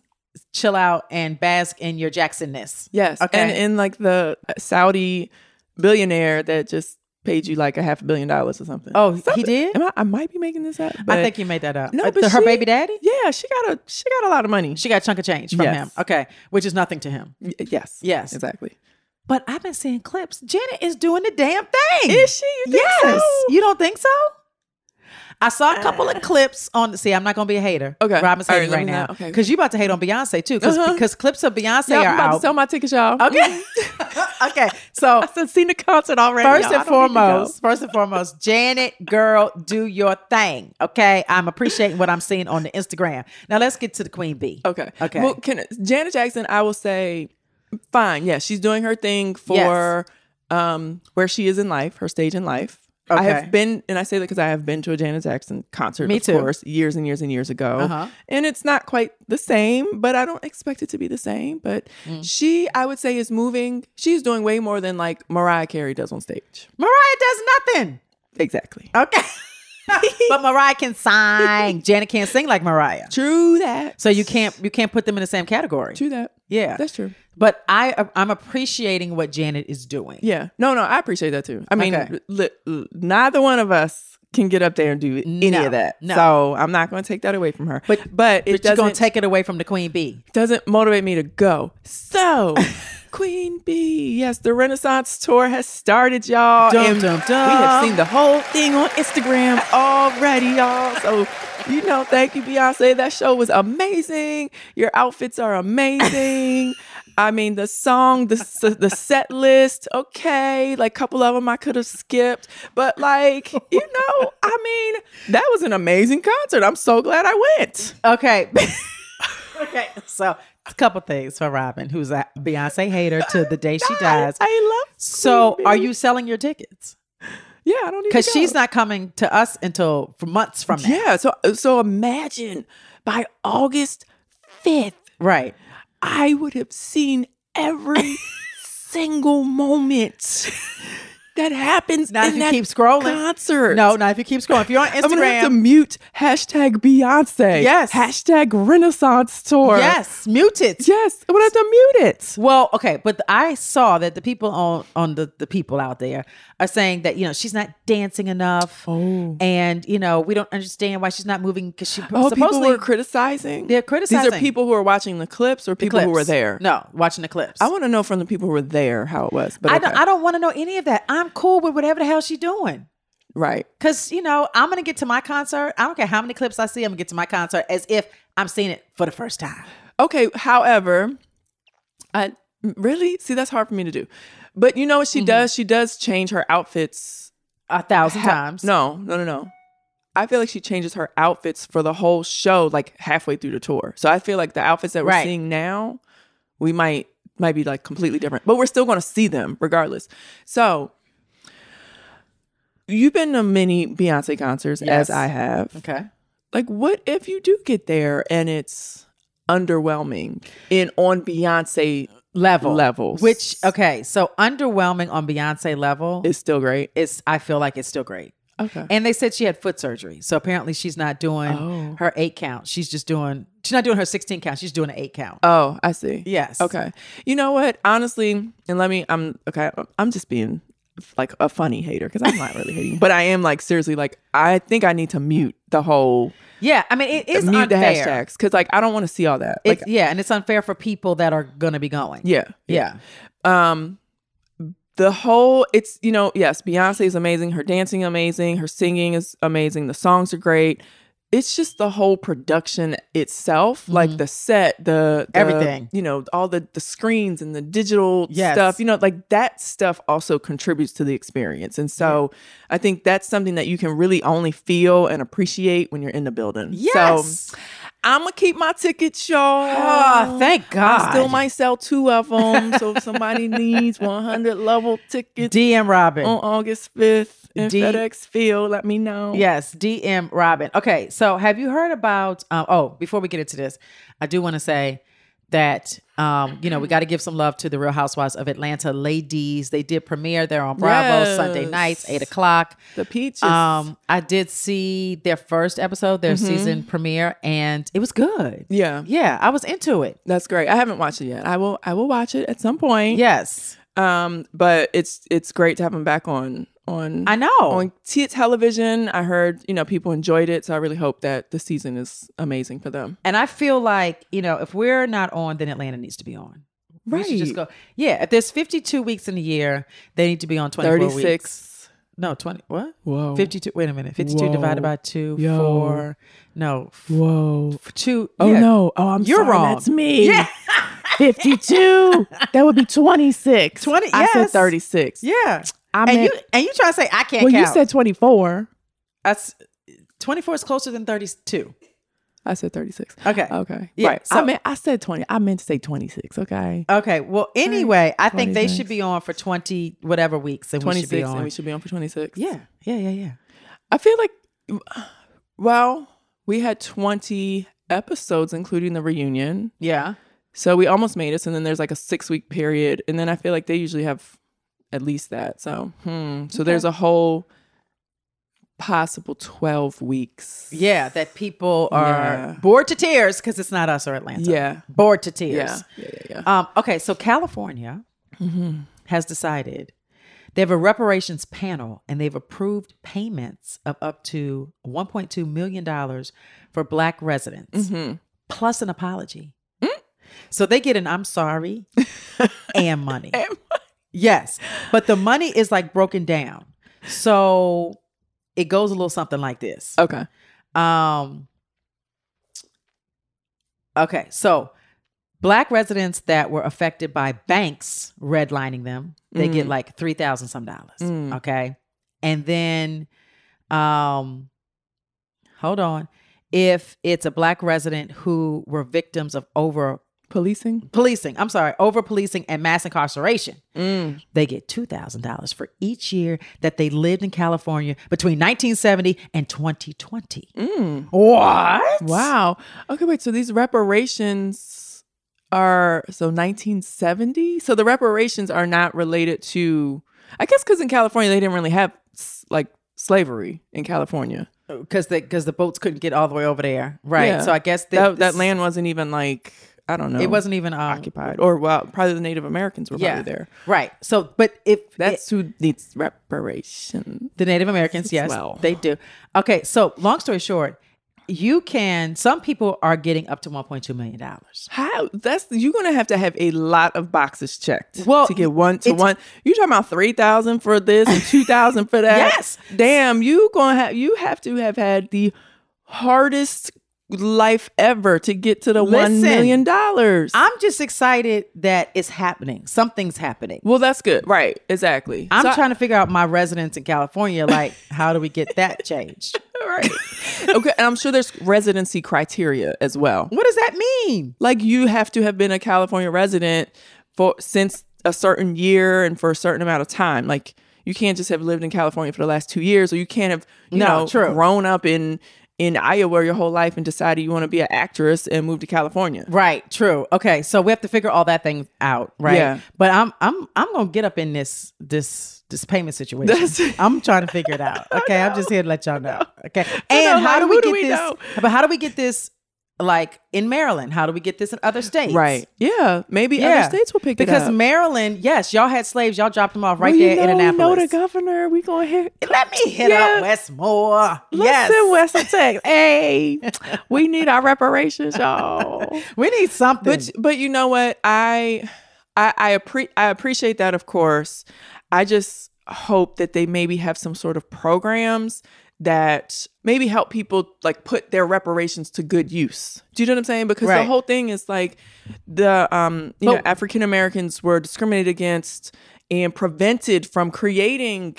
Speaker 7: chill out and bask in your Jacksonness.
Speaker 6: Yes.
Speaker 7: Okay.
Speaker 6: And in like the uh, Saudi billionaire that just paid you like a half a billion dollars or something.
Speaker 7: Oh, he did.
Speaker 6: Am I, I might be making this up.
Speaker 7: I
Speaker 6: but-
Speaker 7: think you made that up.
Speaker 6: No,
Speaker 7: Uh,
Speaker 6: but
Speaker 7: the- her
Speaker 6: she-
Speaker 7: baby daddy.
Speaker 6: Yeah, she got a she got a lot of money.
Speaker 7: She got a chunk of change from
Speaker 6: Yes.
Speaker 7: him. Okay, which is nothing to him.
Speaker 6: Y- Uh, yes.
Speaker 7: Yes.
Speaker 6: Exactly.
Speaker 7: But I've been seeing clips. Janet is doing the damn thing.
Speaker 6: Is she? You think
Speaker 7: yes.
Speaker 6: so?
Speaker 7: You don't think so? I saw a couple of clips on. See, I'm not gonna be a hater. Okay, Robin's
Speaker 6: Uh. All right,
Speaker 7: hating
Speaker 6: let
Speaker 7: right
Speaker 6: me
Speaker 7: now.
Speaker 6: not- okay.
Speaker 7: Because you about to hate on Beyonce too. Because
Speaker 6: Uh-huh.
Speaker 7: because clips of Beyonce
Speaker 6: Yeah,
Speaker 7: are
Speaker 6: I'm about
Speaker 7: out.
Speaker 6: to sell my tickets, y'all. [laughs]
Speaker 7: Okay. [laughs] okay. So
Speaker 6: I've seen the concert already.
Speaker 7: First
Speaker 6: y'all. I
Speaker 7: and
Speaker 6: don't need to go.
Speaker 7: foremost, first and foremost, Janet, girl, do your thing. Okay. I'm appreciating what I'm seeing on the Instagram. Now let's get to the Queen Bee.
Speaker 6: Okay.
Speaker 7: Okay.
Speaker 6: Well, can Janet Jackson, I will say, fine. Yeah, she's doing her thing for um where she is in life, her stage in life. I
Speaker 7: Okay.
Speaker 6: have been, and I say that because I have been to a Janet Jackson concert,
Speaker 7: Me
Speaker 6: of
Speaker 7: too.
Speaker 6: course, years and years and years ago,
Speaker 7: Uh-huh.
Speaker 6: and it's not quite the same. But I don't expect it to be the same. But
Speaker 7: Mm.
Speaker 6: she, I would say, is moving. She's doing way more than like Mariah Carey does on stage.
Speaker 7: Mariah does nothing.
Speaker 6: Exactly.
Speaker 7: Okay. [laughs] but Mariah can
Speaker 6: [laughs]
Speaker 7: sing. Janet can't sing like Mariah.
Speaker 6: True that.
Speaker 7: So you can't you can't put them in the same category.
Speaker 6: True that.
Speaker 7: Yeah,
Speaker 6: That's true.
Speaker 7: But I I'm appreciating what Janet is doing.
Speaker 6: Yeah. No, no, I appreciate that too. I mean,
Speaker 7: Okay.
Speaker 6: li- li- neither one of us can get up there and do any
Speaker 7: No,
Speaker 6: of that.
Speaker 7: no.
Speaker 6: So I'm not going to take that away from her. But but it
Speaker 7: But you're gonna
Speaker 6: doesn't
Speaker 7: take it away from the queen bee.
Speaker 6: doesn't motivate me to go. So, Queen Bee, yes, the Renaissance tour has started, y'all.
Speaker 7: Dum,
Speaker 6: and
Speaker 7: dum,
Speaker 6: We have
Speaker 7: dum.
Speaker 6: seen the whole thing on Instagram already, y'all. So, you know, thank you, Beyonce. That show was amazing. Your outfits are
Speaker 7: [laughs]
Speaker 6: amazing. I mean, the song, the s- the set list, okay. Like, couple of them I could have skipped, but like, you know, I mean, that was an amazing concert. I'm so glad I went.
Speaker 7: Okay. okay. So a couple things for Robin, who's a Beyonce hater to the day
Speaker 6: [laughs]
Speaker 7: she dies.
Speaker 6: I love.
Speaker 7: So
Speaker 6: Queen
Speaker 7: are
Speaker 6: Bee.
Speaker 7: you selling your tickets?
Speaker 6: Yeah, I don't need to
Speaker 7: Because she's
Speaker 6: go.
Speaker 7: not coming to us until for months from now.
Speaker 6: Yeah. So so imagine by August fifth,
Speaker 7: Right.
Speaker 6: I would have seen
Speaker 7: [laughs]
Speaker 6: every single moment [laughs] that happens.
Speaker 7: Not
Speaker 6: in
Speaker 7: if you
Speaker 6: that
Speaker 7: keep scrolling.
Speaker 6: concert.
Speaker 7: No, not if you keep scrolling. If you're on Instagram,
Speaker 6: [laughs] I'm gonna have to mute hashtag Beyonce.
Speaker 7: Yes.
Speaker 6: Hashtag Renaissance tour.
Speaker 7: Yes, mute it.
Speaker 6: Yes. I'm gonna have to mute it.
Speaker 7: Well, okay, but I saw that the people on on the the people out there are saying that you know she's not dancing enough,
Speaker 6: oh.
Speaker 7: and you know we don't understand why she's not moving because she
Speaker 6: Oh, people
Speaker 7: supposedly
Speaker 6: were criticizing.
Speaker 7: They're
Speaker 6: These are
Speaker 7: criticizing.
Speaker 6: people who are watching the clips or
Speaker 7: the
Speaker 6: people who were
Speaker 7: clips.
Speaker 6: there.
Speaker 7: No, watching the clips.
Speaker 6: I want to know from the people who were there how it was. But
Speaker 7: I don't,
Speaker 6: okay.
Speaker 7: I don't want to know any of that. I'm cool with whatever the hell she's doing.
Speaker 6: right.
Speaker 7: Cause you know, I'm gonna get to my concert. I don't care how many clips I see, I'm gonna get to my concert as if I'm seeing it for the first time.
Speaker 6: Okay. However, I really see that's hard for me to do. But you know what she does? She does change her outfits
Speaker 7: Mm-hmm. a thousand
Speaker 6: ha-
Speaker 7: times.
Speaker 6: No, no, no, no. I feel like she changes her outfits for the whole show, like halfway through the tour. So I feel like the outfits that we're
Speaker 7: Right.
Speaker 6: seeing now, we might might be like completely different, but we're still going to see them regardless. So you've been to many Beyonce concerts,
Speaker 7: Yes.
Speaker 6: as I have.
Speaker 7: Okay.
Speaker 6: Like, what if you do get there and it's underwhelming in on Beyonce
Speaker 7: Level.
Speaker 6: levels,
Speaker 7: Which okay, so underwhelming on Beyonce level
Speaker 6: is still great.
Speaker 7: is I feel like it's still great.
Speaker 6: Okay.
Speaker 7: And they said she had foot surgery. So apparently she's not doing
Speaker 6: Oh.
Speaker 7: her eight count. She's just doing she's not doing her sixteen count, she's doing an eight count.
Speaker 6: Oh, I see.
Speaker 7: Yes.
Speaker 6: Okay. You know what? Honestly, and let me. I'm okay. I'm just being like a funny hater because I'm not really hating, but I am like seriously like I think I need to mute the whole
Speaker 7: Yeah, I mean it is
Speaker 6: mute the
Speaker 7: unfair.
Speaker 6: hashtags because like I don't want to see all that.
Speaker 7: It's,
Speaker 6: Like uh,
Speaker 7: yeah, and it's unfair for people that are gonna be going.
Speaker 6: yeah,
Speaker 7: Yeah.
Speaker 6: Um, the whole it's you know yes, Beyonce is amazing. Her dancing amazing. Her singing is amazing. The songs are great. It's just the whole production itself, like the set, the, the-
Speaker 7: Mm-hmm. Everything.
Speaker 6: you know, all the the screens and the digital
Speaker 7: Yes.
Speaker 6: stuff, you know, like that stuff also contributes to the experience. And so I think that's something that you can really only feel and appreciate when you're in the building.
Speaker 7: Yes.
Speaker 6: So I'm gonna keep my tickets, y'all.
Speaker 7: Oh, thank
Speaker 6: I still
Speaker 7: God.
Speaker 6: might sell two of them. so if somebody needs 100 level tickets
Speaker 7: DM Robin.
Speaker 6: on August 5th in
Speaker 7: D-
Speaker 6: FedEx Field, let me know.
Speaker 7: Yes, DM Robin. Okay, so have you heard about? Um, oh, before we get into this, I do want to say that um, you know we got to give some love to the Real Housewives of Atlanta ladies. They did premiere there on Bravo Sunday
Speaker 6: Yes.
Speaker 7: nights, eight o'clock.
Speaker 6: The peaches.
Speaker 7: Um, I did see their first episode,
Speaker 6: Mm-hmm.
Speaker 7: their season premiere, and it was good.
Speaker 6: yeah.
Speaker 7: Yeah, I was into it.
Speaker 6: That's great. I haven't watched it yet. I will I will watch it at some point.
Speaker 7: Yes,
Speaker 6: Um, but it's it's great to have them back on on
Speaker 7: I know.
Speaker 6: on t- television. I heard you know people enjoyed it, so I really hope that the season is amazing for them.
Speaker 7: And I feel like, you know, if we're not on, then Atlanta needs to be on. We should just
Speaker 6: Right.
Speaker 7: go. Yeah, if there's 52 weeks in a year, they need to be on 24
Speaker 6: Thirty
Speaker 7: weeks.
Speaker 6: six.
Speaker 7: No, 20. What?
Speaker 6: Whoa.
Speaker 7: 52. Wait a minute. 52
Speaker 6: Whoa.
Speaker 7: divided by 2,
Speaker 6: Yo.
Speaker 7: 4. No, f-
Speaker 6: Whoa.
Speaker 7: 2.
Speaker 6: Oh
Speaker 7: yeah.
Speaker 6: no. Oh, I'm
Speaker 7: You're
Speaker 6: sorry.
Speaker 7: wrong.
Speaker 6: That's me. [laughs]
Speaker 7: Yeah.
Speaker 6: 52. That would be 26.
Speaker 7: 20
Speaker 6: I said
Speaker 7: yes.
Speaker 6: 36.
Speaker 7: Yeah.
Speaker 6: I
Speaker 7: and
Speaker 6: meant-
Speaker 7: you and you try to say I can't
Speaker 6: well,
Speaker 7: count.
Speaker 6: you said 24.
Speaker 7: That's- 24 is closer than 32.
Speaker 6: I said 36.
Speaker 7: Okay.
Speaker 6: Okay.
Speaker 7: Yeah,
Speaker 6: right. I
Speaker 7: so-
Speaker 6: meant I said 20. I meant to say 26. Okay.
Speaker 7: Okay. Well, anyway, I think they
Speaker 6: 26.
Speaker 7: should be on for 20 whatever weeks and we should be
Speaker 6: 26
Speaker 7: on.
Speaker 6: and we should be on for 26.
Speaker 7: yeah. Yeah, yeah, yeah.
Speaker 6: I feel like well, we had 20 episodes including the reunion.
Speaker 7: Yeah.
Speaker 6: So we almost made us, and then there's like a six week period, and then I feel like they usually have at least that. So, hmm. So there's a whole possible 12 weeks.
Speaker 7: Yeah, that people are
Speaker 6: Yeah.
Speaker 7: bored to tears because it's not us or Atlanta.
Speaker 6: Yeah.
Speaker 7: bored to tears.
Speaker 6: Yeah, yeah, yeah,
Speaker 7: Um, okay, so California
Speaker 6: Mhm.
Speaker 7: has decided they have a reparations panel and they've approved payments of up to 1.2 million dollars for Black residents,
Speaker 6: Mm-hmm.
Speaker 7: plus an apology. So they get an I'm
Speaker 6: [laughs]
Speaker 7: sorry and money. Yes, but the money is like broken down. So it goes a little something like this.
Speaker 6: Okay.
Speaker 7: Um Okay, so black residents that were affected by banks redlining them, they get
Speaker 6: Mm.
Speaker 7: like 3000 some dollars,
Speaker 6: Mm.
Speaker 7: okay? And then um hold on. If it's a black resident who were victims of over
Speaker 6: policing?
Speaker 7: Policing, I'm sorry, over policing and mass incarceration.
Speaker 6: Mm.
Speaker 7: They get $2,000 for each year that they lived in California between 1970 and 2020.
Speaker 6: Mm.
Speaker 7: What?
Speaker 6: Wow. Okay, wait. So these reparations are so 1970. So the reparations are not related to, I guess, because in California they didn't really have s- like slavery in California,
Speaker 7: Because the because the boats couldn't get all the way over there, right?
Speaker 6: Yeah.
Speaker 7: So I guess they-
Speaker 6: that that land wasn't even like I don't know.
Speaker 7: It wasn't even um,
Speaker 6: occupied, or well, probably the Native Americans were
Speaker 7: Yeah.
Speaker 6: probably there,
Speaker 7: right? So, but if
Speaker 6: that's who needs reparations,
Speaker 7: the Native Americans, yes, they do. Okay, so long story short, you can. Some people are getting up to 1.2 million dollars.
Speaker 6: How that's you're gonna have to have a lot of boxes checked.
Speaker 7: Well,
Speaker 6: to get one to
Speaker 7: it's-
Speaker 6: one, you talking about three thousand for this and two thousand for that.
Speaker 7: Yes.
Speaker 6: damn, you gonna have you have to have had the hardest life ever to get to the one
Speaker 7: Listen.
Speaker 6: million dollars.
Speaker 7: I'm just excited that it's happening. Something's happening.
Speaker 6: Well, that's good, right? Exactly.
Speaker 7: I'm
Speaker 6: So I-
Speaker 7: trying to figure out my residents in California.
Speaker 6: [laughs]
Speaker 7: Like, how do we get that changed?
Speaker 6: okay, and I'm sure there's residency criteria as well.
Speaker 7: What does that mean?
Speaker 6: Like you have to have been a California resident for since a certain year and for a certain amount of time. Like you can't just have lived in California for the last two years, or you can't have you
Speaker 7: No,
Speaker 6: know
Speaker 7: true.
Speaker 6: grown up in in Iowa your whole life and decided you want to be an actress and move to California.
Speaker 7: Right. True. Okay. So we have to figure all that thing out, right?
Speaker 6: Yeah.
Speaker 7: But I'm I'm I'm gonna get up in this this this payment situation. [laughs] I'm trying to figure it
Speaker 6: [laughs]
Speaker 7: out. Okay. I'm just here to let y'all know. Okay. And
Speaker 6: know,
Speaker 7: how
Speaker 6: like,
Speaker 7: do we
Speaker 6: who do
Speaker 7: get
Speaker 6: we
Speaker 7: this?
Speaker 6: know?
Speaker 7: But how do we get this? Like in Maryland, how do we get this in other states?
Speaker 6: Right. Yeah. Maybe
Speaker 7: Yeah.
Speaker 6: other states will pick
Speaker 7: because
Speaker 6: it up.
Speaker 7: Maryland, yes, y'all had slaves, y'all dropped them off right
Speaker 6: Well, you
Speaker 7: there in
Speaker 6: know- you
Speaker 7: Annapolis.
Speaker 6: know the governor. We gonna hit.
Speaker 7: Let me hit up Westmore.
Speaker 6: Yes.
Speaker 7: yes, [laughs]
Speaker 6: Listen, Western Texas. Hey, we need our reparations, y'all.
Speaker 7: [laughs] we need something.
Speaker 6: But but you know what? I I I, appre- I appreciate that, of course. I just hope that they maybe have some sort of programs that maybe help people like put their reparations to good use. Do you know what I'm saying? Because the
Speaker 7: Right.
Speaker 6: whole thing is like the um you know
Speaker 7: But-
Speaker 6: African Americans were discriminated against and prevented from creating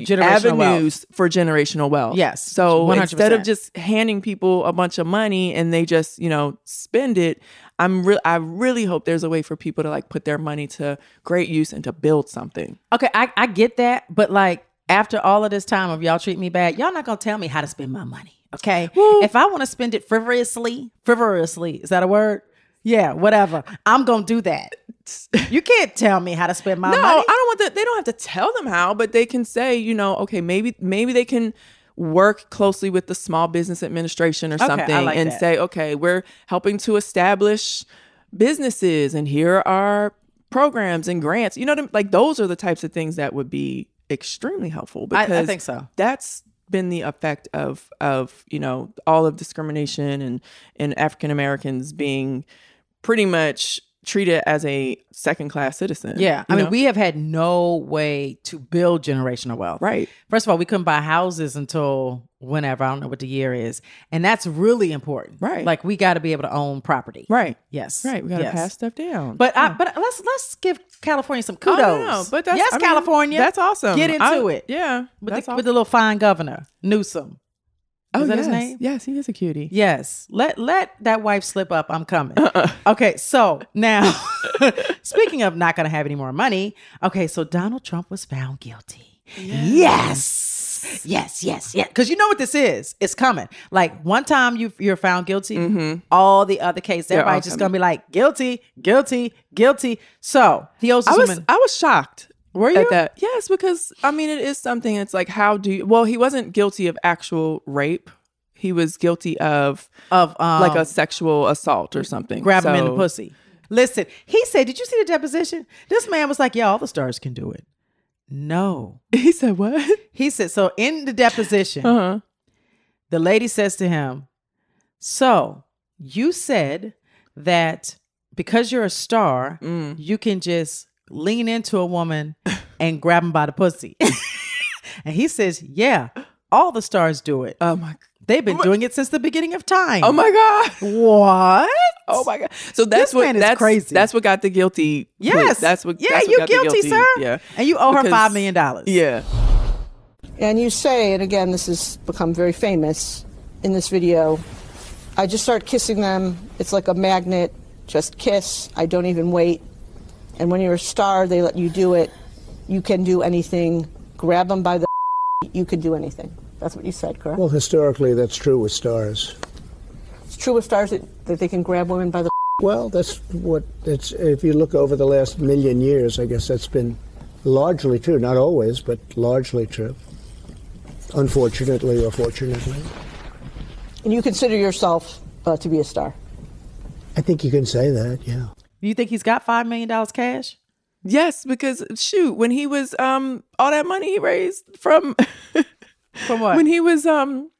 Speaker 7: Generational
Speaker 6: avenues for generational wealth.
Speaker 7: Yes,
Speaker 6: So instead of
Speaker 7: 100%.
Speaker 6: just handing people a bunch of money and they just, you know, spend it, I'm real I really hope there's a way for people to like put their money to great use and to build something.
Speaker 7: Okay, I, I get that, but like after all of this time of y'all treat me bad, y'all not gonna tell me how to spend my money. Okay. If I wanna spend it frivolously, frivolously, is that a word? Yeah, whatever. I'm gonna do that. You can't tell me how to spend my
Speaker 6: no,
Speaker 7: money.
Speaker 6: I don't want that. They don't have to tell them how, but they can say, you know, okay, maybe maybe they can work closely with the Small Business Administration or
Speaker 7: Okay, I
Speaker 6: something
Speaker 7: like
Speaker 6: and
Speaker 7: that.
Speaker 6: say, okay, we're helping to establish businesses, and here are programs and grants. You know, what I mean? like those are the types of things that would be extremely helpful.
Speaker 7: I- I
Speaker 6: Because
Speaker 7: think so.
Speaker 6: That's been the effect of of you know all of discrimination and and African Americans being pretty much treated as a second class citizen.
Speaker 7: Yeah. I
Speaker 6: you
Speaker 7: mean,
Speaker 6: know?
Speaker 7: we have had no way to build generational wealth.
Speaker 6: Right.
Speaker 7: First of all, we couldn't buy houses until whenever. I don't know what the year is. And that's really important.
Speaker 6: Right.
Speaker 7: Like we gotta be able to own property.
Speaker 6: Right.
Speaker 7: Yes.
Speaker 6: Right. We gotta
Speaker 7: Yes.
Speaker 6: pass stuff down.
Speaker 7: But I, but let's let's give California some
Speaker 6: Oh,
Speaker 7: kudos.
Speaker 6: no, no, but that's-
Speaker 7: yes,
Speaker 6: I mean,
Speaker 7: California.
Speaker 6: that's awesome.
Speaker 7: Get into
Speaker 6: I-
Speaker 7: it.
Speaker 6: yeah,
Speaker 7: with the,
Speaker 6: that's
Speaker 7: with the little fine governor Newsom.
Speaker 6: oh,
Speaker 7: Is that
Speaker 6: yes.
Speaker 7: his name?
Speaker 6: Yes, he is a cutie.
Speaker 7: Yes. Let let that wife slip up. I'm coming.
Speaker 6: Uh-uh.
Speaker 7: Okay. So
Speaker 6: [laughs]
Speaker 7: now, [laughs] speaking of not going to have any more money. Okay. So Donald Trump was found guilty. Yes. Yes. Yes. Yes. Because you know what this is. It's coming. Like one time you you're found guilty. All the other cases,
Speaker 6: Mm-hmm. They're all
Speaker 7: everybody's just going to
Speaker 6: coming.
Speaker 7: be like guilty, guilty, guilty. So he owes this
Speaker 6: I was
Speaker 7: woman.
Speaker 6: I was shocked. Were you? At that. Yes, because I mean, it is something. It's like, how do you? Well, he wasn't guilty of actual rape. He was guilty of
Speaker 7: of
Speaker 6: like
Speaker 7: um,
Speaker 6: a sexual assault or something.
Speaker 7: Grab him in the
Speaker 6: So-
Speaker 7: pussy. Listen, he said, "Did you see the deposition?" This man was like, "Yeah, all the stars can do it." No,
Speaker 6: [laughs] he said what?
Speaker 7: He said so in the deposition.
Speaker 6: Uh-huh.
Speaker 7: The lady says to him, "So you said that because you're a star,
Speaker 6: Mm.
Speaker 7: you can just lean into a
Speaker 6: [laughs]
Speaker 7: woman and grab him by the pussy." and he says, "Yeah, all the stars do it."
Speaker 6: Oh my!
Speaker 7: They've been doing it since the beginning of time.
Speaker 6: Oh my god!
Speaker 7: What?
Speaker 6: Oh my god! So that's what that's crazy. That's what got the guilty. plea.
Speaker 7: Yes.
Speaker 6: that's what.
Speaker 7: Yeah,
Speaker 6: that's what
Speaker 7: you
Speaker 6: got the
Speaker 7: guilty, sir.
Speaker 6: Yeah,
Speaker 7: And you owe her
Speaker 6: Because-
Speaker 7: $5 million.
Speaker 6: Yeah.
Speaker 11: And you say, and again, this has become very famous in this video I just start kissing them. It's like a magnet. Just kiss. I don't even wait. And when you're a star, they let you do it. You can do anything. Grab them by the. [laughs] You can do anything. That's what you said, correct?
Speaker 12: Well, historically, that's true with stars.
Speaker 11: it's true with stars that, that they can grab women by the. [laughs]
Speaker 12: Well, that's what it's. If you look over the last million years, I guess that's been largely true. Not always, but largely true. Unfortunately or fortunately,
Speaker 11: And you consider yourself uh, to be a star.
Speaker 12: I think you can say that. Yeah.
Speaker 7: You think he's got $5 million cash?
Speaker 6: Yes, because shoot, when he was um all that money he raised from
Speaker 7: [laughs] from what?
Speaker 6: When he was um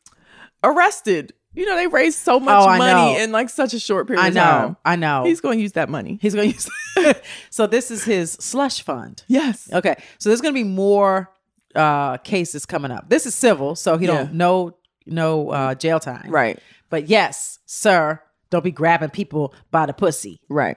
Speaker 6: arrested. You know, they raised so much
Speaker 7: Oh, I
Speaker 6: money
Speaker 7: know.
Speaker 6: in like such a short period
Speaker 7: I
Speaker 6: of
Speaker 7: know.
Speaker 6: time.
Speaker 7: I know.
Speaker 6: He's going to use that money.
Speaker 7: He's going to use [laughs] So this is his slush fund.
Speaker 6: Yes.
Speaker 7: Okay. So there's going to be more uh, cases coming up. This is civil, so he
Speaker 6: Yeah.
Speaker 7: don't no no uh, jail time. Right. But yes, sir, don't be grabbing people by the pussy.
Speaker 6: Right.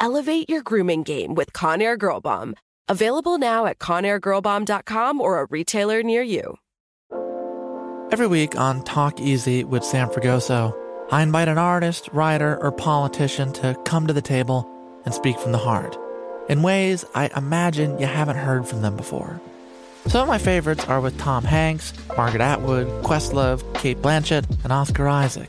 Speaker 1: Elevate your grooming game with Conair Girl Bomb. Available now at conairgirlbomb.com or a retailer near you.
Speaker 8: Every week on Talk Easy with Sam Fragoso, I invite an artist, writer, or politician to come to the table and speak from the heart in ways I imagine you haven't heard from them before. Some of my favorites are with Tom Hanks, Margaret Atwood, Questlove, Kate Blanchett, and Oscar Isaac.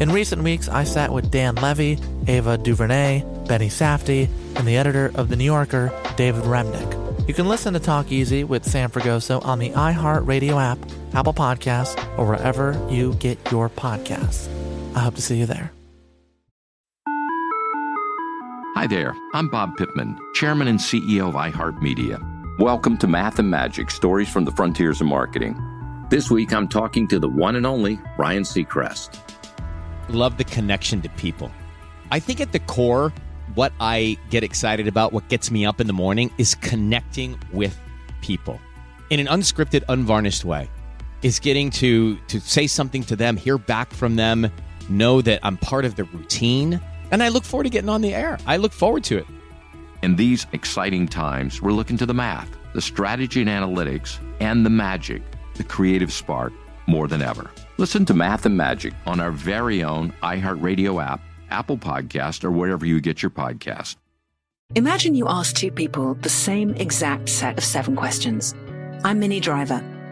Speaker 8: In recent weeks, I sat with Dan Levy, Ava DuVernay, Benny Safdie, and the editor of The New Yorker, David Remnick. You can listen to Talk Easy with Sam Fragoso on the iHeartRadio app, Apple Podcasts, or wherever you get your podcasts. I hope to see you there.
Speaker 13: Hi there, I'm Bob Pittman, Chairman and CEO of iHeartMedia. Welcome to Math and Magic Stories from the Frontiers of Marketing. This week, I'm talking to the one and only Ryan Seacrest.
Speaker 14: love the connection to people. I think at the core, what I get excited about, what gets me up in the morning, is connecting with people in an unscripted, unvarnished way. Is getting to to say something to them, hear back from them, know that I'm part of the routine, and I look forward to getting on the air. I look forward to it.
Speaker 13: In these exciting times, we're looking to the math, the strategy and analytics, and the magic, the creative spark, more than ever. Listen to Math and Magic on our very own iHeartRadio app, Apple Podcast, or wherever you get your podcast.
Speaker 15: Imagine you ask two people the same exact set of seven questions. I'm Minnie Driver,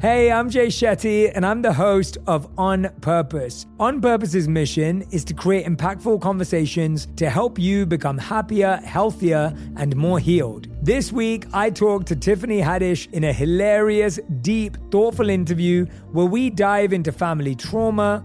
Speaker 5: Hey, I'm Jay Shetty, and I'm the host of On Purpose. On Purpose's mission is to create impactful conversations to help you become happier, healthier, and more healed. This week, I talked to Tiffany Haddish in a hilarious, deep, thoughtful interview where we dive into family trauma,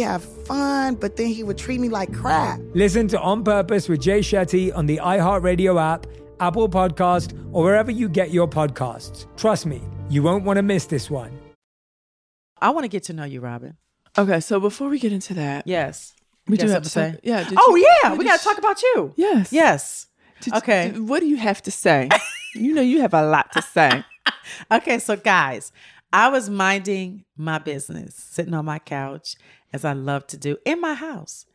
Speaker 16: have fun. But then he would treat me like crap.
Speaker 5: Listen to On Purpose with Jay Shetty on the iHeartRadio app, Apple Podcast, or wherever you get your podcasts. Trust me, you won't want to miss this one.
Speaker 7: I want to get to know you, Robin.
Speaker 6: Okay, so before we get into that,
Speaker 7: yes,
Speaker 6: we
Speaker 7: You
Speaker 6: do
Speaker 7: got
Speaker 6: have to
Speaker 7: something
Speaker 6: say.
Speaker 7: to say?
Speaker 6: Yeah. did
Speaker 7: Oh,
Speaker 6: you-
Speaker 7: yeah,
Speaker 6: did
Speaker 7: we gotta
Speaker 6: you-
Speaker 7: talk about you.
Speaker 6: Yes.
Speaker 7: Yes.
Speaker 6: Did-
Speaker 7: okay.
Speaker 6: did- what do you have
Speaker 7: [laughs]
Speaker 6: to say? you know, you have a lot to say.
Speaker 7: okay, so guys, I was minding my business, sitting on my couch, as I love to do in my house.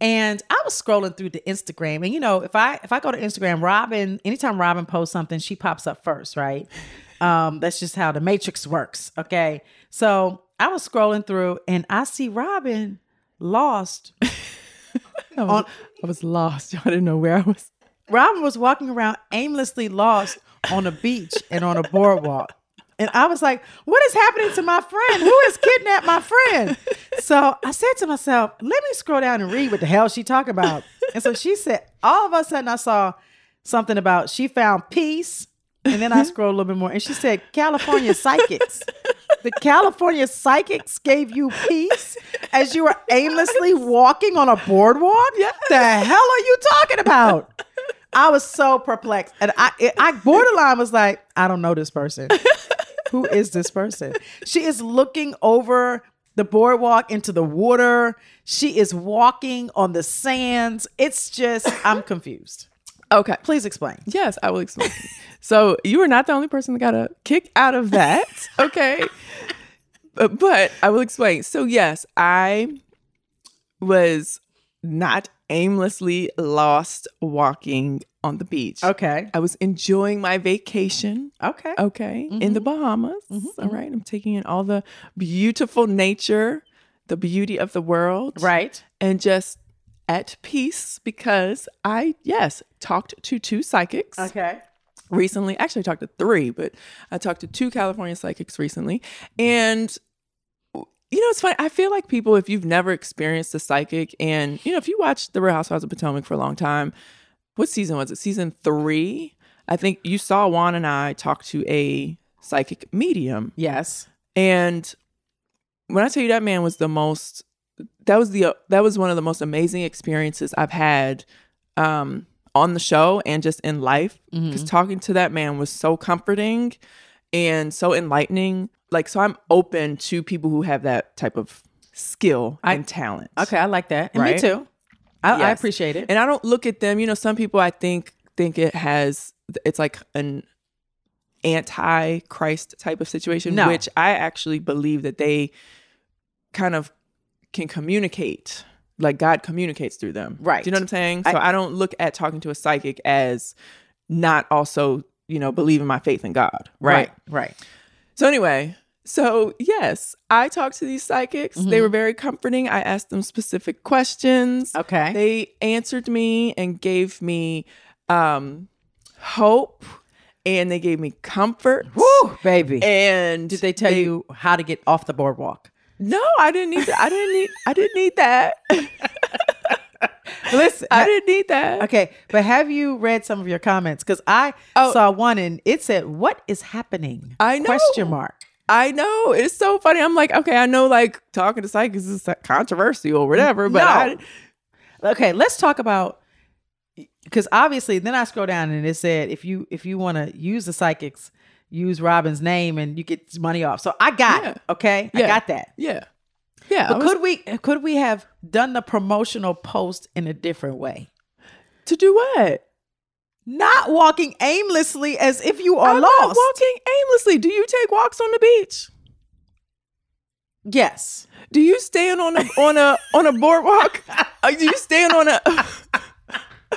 Speaker 7: And I was scrolling through the Instagram. And you know, if I if I go to Instagram, Robin, anytime Robin posts something, she pops up first, right? Um, that's just how the matrix works. Okay. So I was scrolling through and I see Robin lost
Speaker 6: I was, I was lost. [laughs] I didn't know where I was.
Speaker 7: Robin was walking around aimlessly lost on a beach and on a boardwalk. And I was like, what is happening to my friend? Who has kidnapped my friend? So I said to myself, let me scroll down and read what the hell she talking about. And so she said, all of a sudden I saw something about she found peace. And then I scrolled a little bit more and she said, California psychics. The California psychics gave you peace as you were aimlessly walking on a boardwalk? The hell are you talking about? I was so perplexed, and I it, I borderline was like, I don't know this person. Who is this person? She is looking over the boardwalk into the water. She is walking on the sands. It's just I'm confused.
Speaker 6: Okay.
Speaker 7: Please explain.
Speaker 6: Yes, I will explain. so you are not the only person that got a kick out of that. [laughs] Okay. but, Uh, but I will explain. So yes, I was not aimlessly lost walking on the beach.
Speaker 7: Okay.
Speaker 6: I was enjoying my vacation.
Speaker 7: Okay. Mm-hmm.
Speaker 6: Okay. In the Bahamas. All right. I'm taking in all the beautiful nature, the beauty of the world.
Speaker 7: Right.
Speaker 6: And just at peace because I, yes, talked to two psychics
Speaker 7: Okay.
Speaker 6: recently. Actually, I talked to three, but I talked to two California psychics recently. And, you know, it's funny. I feel like people, if you've never experienced a psychic, and, you know, if you watch The Real Housewives of Potomac for a long time, what season was it? Season three? I think you saw Juan and I talk to a psychic medium.
Speaker 7: Yes.
Speaker 6: And when I tell you that man was the most that was the that was one of the most amazing experiences I've had um on the show and just in life because talking to that man was so comforting and so enlightening like so I'm open to people who have that type of skill and talent.
Speaker 7: Okay, I like that. And me
Speaker 6: Right?
Speaker 7: too. I, I
Speaker 6: Yes.
Speaker 7: appreciate it.
Speaker 6: And I don't look at them, you know, some people I think think it has it's like an anti-Christ type of situation,
Speaker 7: No.
Speaker 6: which I actually believe that they kind of can communicate. Like God communicates through them.
Speaker 7: Right.
Speaker 6: Do you know what I'm saying? So I, don't look at talking to a psychic as not also you know, believe in my faith in God, right?
Speaker 7: Right. right.
Speaker 6: So anyway, so yes, I talked to these psychics.
Speaker 7: Mm-hmm.
Speaker 6: They were very comforting. I asked them specific questions.
Speaker 7: Okay.
Speaker 6: They answered me and gave me um hope and they gave me comfort.
Speaker 7: Woo, baby.
Speaker 6: And
Speaker 7: did they tell you how to get off the boardwalk?
Speaker 6: No, I didn't need that. I didn't need I didn't need that.
Speaker 7: Listen,
Speaker 6: I didn't need that.
Speaker 7: Okay, but have you read some of your comments? Because I saw one and it said, "What is happening?"
Speaker 6: Oh. I know.
Speaker 7: Question mark.
Speaker 6: I know. It's so funny. I'm like, okay, I know like talking to psychics is controversial or whatever, but I,
Speaker 7: No. okay, let's talk about because obviously, then I scroll down and it said, "If you if you want to use the psychics, use Robin's name and you get money off." So I got it. Okay, I got that.
Speaker 6: Yeah. Yeah.
Speaker 7: But
Speaker 6: I was-
Speaker 7: could we could we have done the promotional post in a different way?
Speaker 6: To do what?
Speaker 7: Not walking aimlessly as if you are
Speaker 6: I'm
Speaker 7: lost.
Speaker 6: not walking aimlessly. Do you take walks on the beach?
Speaker 7: Yes.
Speaker 6: Do you stand [laughs] on a on a on a boardwalk? Uh, Do you stand on a [laughs]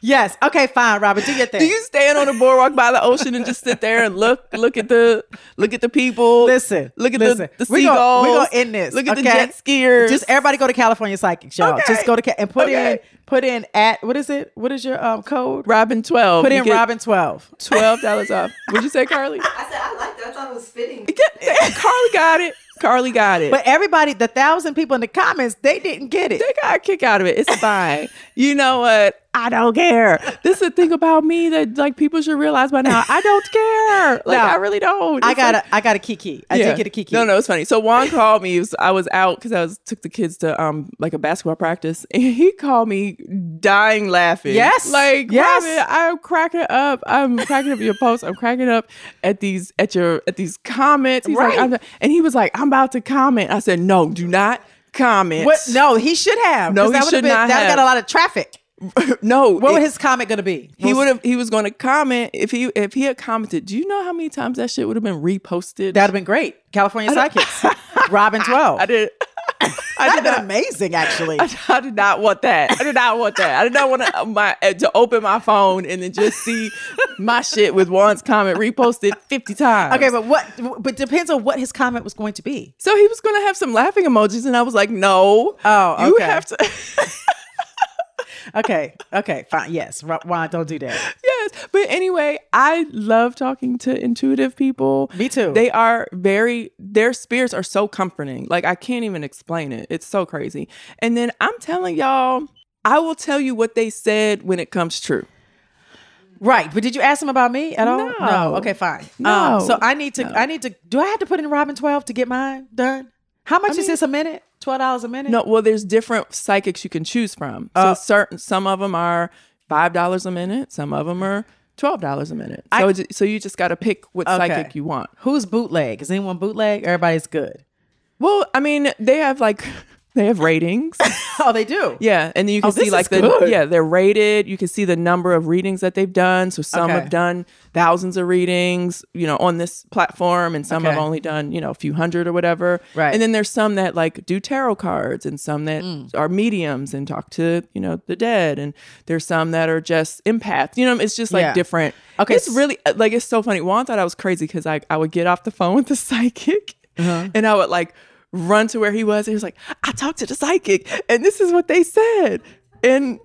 Speaker 7: Yes. Okay, fine, Robert. Do your thing.
Speaker 6: Do you stand on a boardwalk by the ocean and just sit there and look look at the look at the people?
Speaker 7: Listen.
Speaker 6: Look at
Speaker 7: listen.
Speaker 6: the, the
Speaker 7: We're gonna-
Speaker 6: seagulls.
Speaker 7: we're gonna end this,
Speaker 6: Look at the
Speaker 7: okay?
Speaker 6: jet skiers.
Speaker 7: Just everybody go to California Psychics, y'all. Just go to Ca- and put in
Speaker 6: Okay.
Speaker 7: put in at what is it? What is your um code?
Speaker 6: Robin twelve.
Speaker 7: Put
Speaker 6: You
Speaker 7: in
Speaker 6: get
Speaker 7: Robin twelve.
Speaker 6: Twelve dollars off. What'd you say, Carly?
Speaker 10: I said I liked that. I thought it was fitting.
Speaker 6: Carly got it. Carly got it.
Speaker 7: But everybody, the thousand people in the comments, they didn't get it.
Speaker 6: They got a kick out of it. It's fine. you know what? I don't care. This is the thing about me that like people should realize by now. I don't
Speaker 7: [laughs]
Speaker 6: care. Like
Speaker 7: No.
Speaker 6: I really don't.
Speaker 7: I
Speaker 6: It's
Speaker 7: got
Speaker 6: like-
Speaker 7: a I got a kiki. I
Speaker 6: Yeah.
Speaker 7: did get a kiki.
Speaker 6: No, no, it's funny. So Juan called me. It was- I was out because I was took the kids to um like a basketball practice, and he called me dying laughing.
Speaker 7: Yes.
Speaker 6: like
Speaker 7: Yes.
Speaker 6: Robin, I'm cracking up. I'm cracking up at your posts. I'm cracking up at these at your at these comments. He's
Speaker 7: Right.
Speaker 6: like, I'm, and he was like, I'm about to comment. I said, No, do not comment.
Speaker 7: What? No, he should have.
Speaker 6: No,
Speaker 7: 'cause
Speaker 6: he
Speaker 7: that would've
Speaker 6: should
Speaker 7: been,
Speaker 6: not
Speaker 7: That
Speaker 6: have.
Speaker 7: got a lot of traffic.
Speaker 6: no.
Speaker 7: What
Speaker 6: it-
Speaker 7: was his comment going to be?
Speaker 6: he would have he was going to comment if he if he had commented do you know how many times that shit would have been reposted that'd
Speaker 7: have been great california psychics
Speaker 6: [laughs]
Speaker 7: robin 12
Speaker 6: i
Speaker 7: [laughs]
Speaker 6: did
Speaker 7: I did amazing actually
Speaker 6: [laughs] I, I did not want that i did not want that i did not want to, my uh, to open my phone and then just see my shit with Juan's comment reposted 50 times
Speaker 7: Okay, but what? But depends on what his comment was going to be.
Speaker 6: so he was going to have some laughing emojis and i was like no
Speaker 7: Oh,
Speaker 6: you
Speaker 7: okay.
Speaker 6: have to
Speaker 7: Okay, okay, fine. Yes, Ro- Juan, don't do that.
Speaker 6: yes. But anyway, I love talking to intuitive people.
Speaker 7: Me too.
Speaker 6: They are very, their spirits are so comforting. Like, I can't even explain it. It's so crazy. And then I'm telling y'all, I will tell you what they said when it comes true.
Speaker 7: Right, but did you ask him about me at all?
Speaker 6: No.
Speaker 7: Okay, fine. Um,
Speaker 6: No.
Speaker 7: so I need to. I need to. Do I have to put in Robin twelve to get mine done? How much
Speaker 6: I
Speaker 7: is
Speaker 6: mean-
Speaker 7: this a minute? Twelve dollars a minute?
Speaker 6: No, well, there's different psychics you can choose from. So,
Speaker 7: Uh,
Speaker 6: certain, some of them are $5 a minute, some of them are $12 a minute. So,
Speaker 7: I-
Speaker 6: it's- so you just got to pick what
Speaker 7: Okay.
Speaker 6: psychic you want.
Speaker 7: Who's bootleg? Is anyone bootleg? Everybody's good.
Speaker 6: Well, I mean, they have like, [laughs] they have ratings.
Speaker 7: [laughs] Oh, they do.
Speaker 6: Yeah, and then you can
Speaker 7: Oh, this
Speaker 6: see like
Speaker 7: is
Speaker 6: the
Speaker 7: good.
Speaker 6: yeah they're rated. You can see the number of readings that they've done. So some
Speaker 7: Okay.
Speaker 6: have done thousands of readings, you know, on this platform, and some have
Speaker 7: Okay.
Speaker 6: only done you know a few hundred or whatever.
Speaker 7: Right. Mm.
Speaker 6: And then there's some that like do tarot cards, and some that are mediums and talk to you know the dead, and there's some that are just empaths. You know, it's just like
Speaker 7: Yeah.
Speaker 6: different.
Speaker 7: Okay,
Speaker 6: it's
Speaker 7: s-
Speaker 6: really uh, like it's so funny. Juan thought I was crazy because I I would get off the phone [laughs] with the psychic,
Speaker 7: Uh-huh.
Speaker 6: and I would like run to where he was. And he was like, I talked to the psychic, and this is what they said. And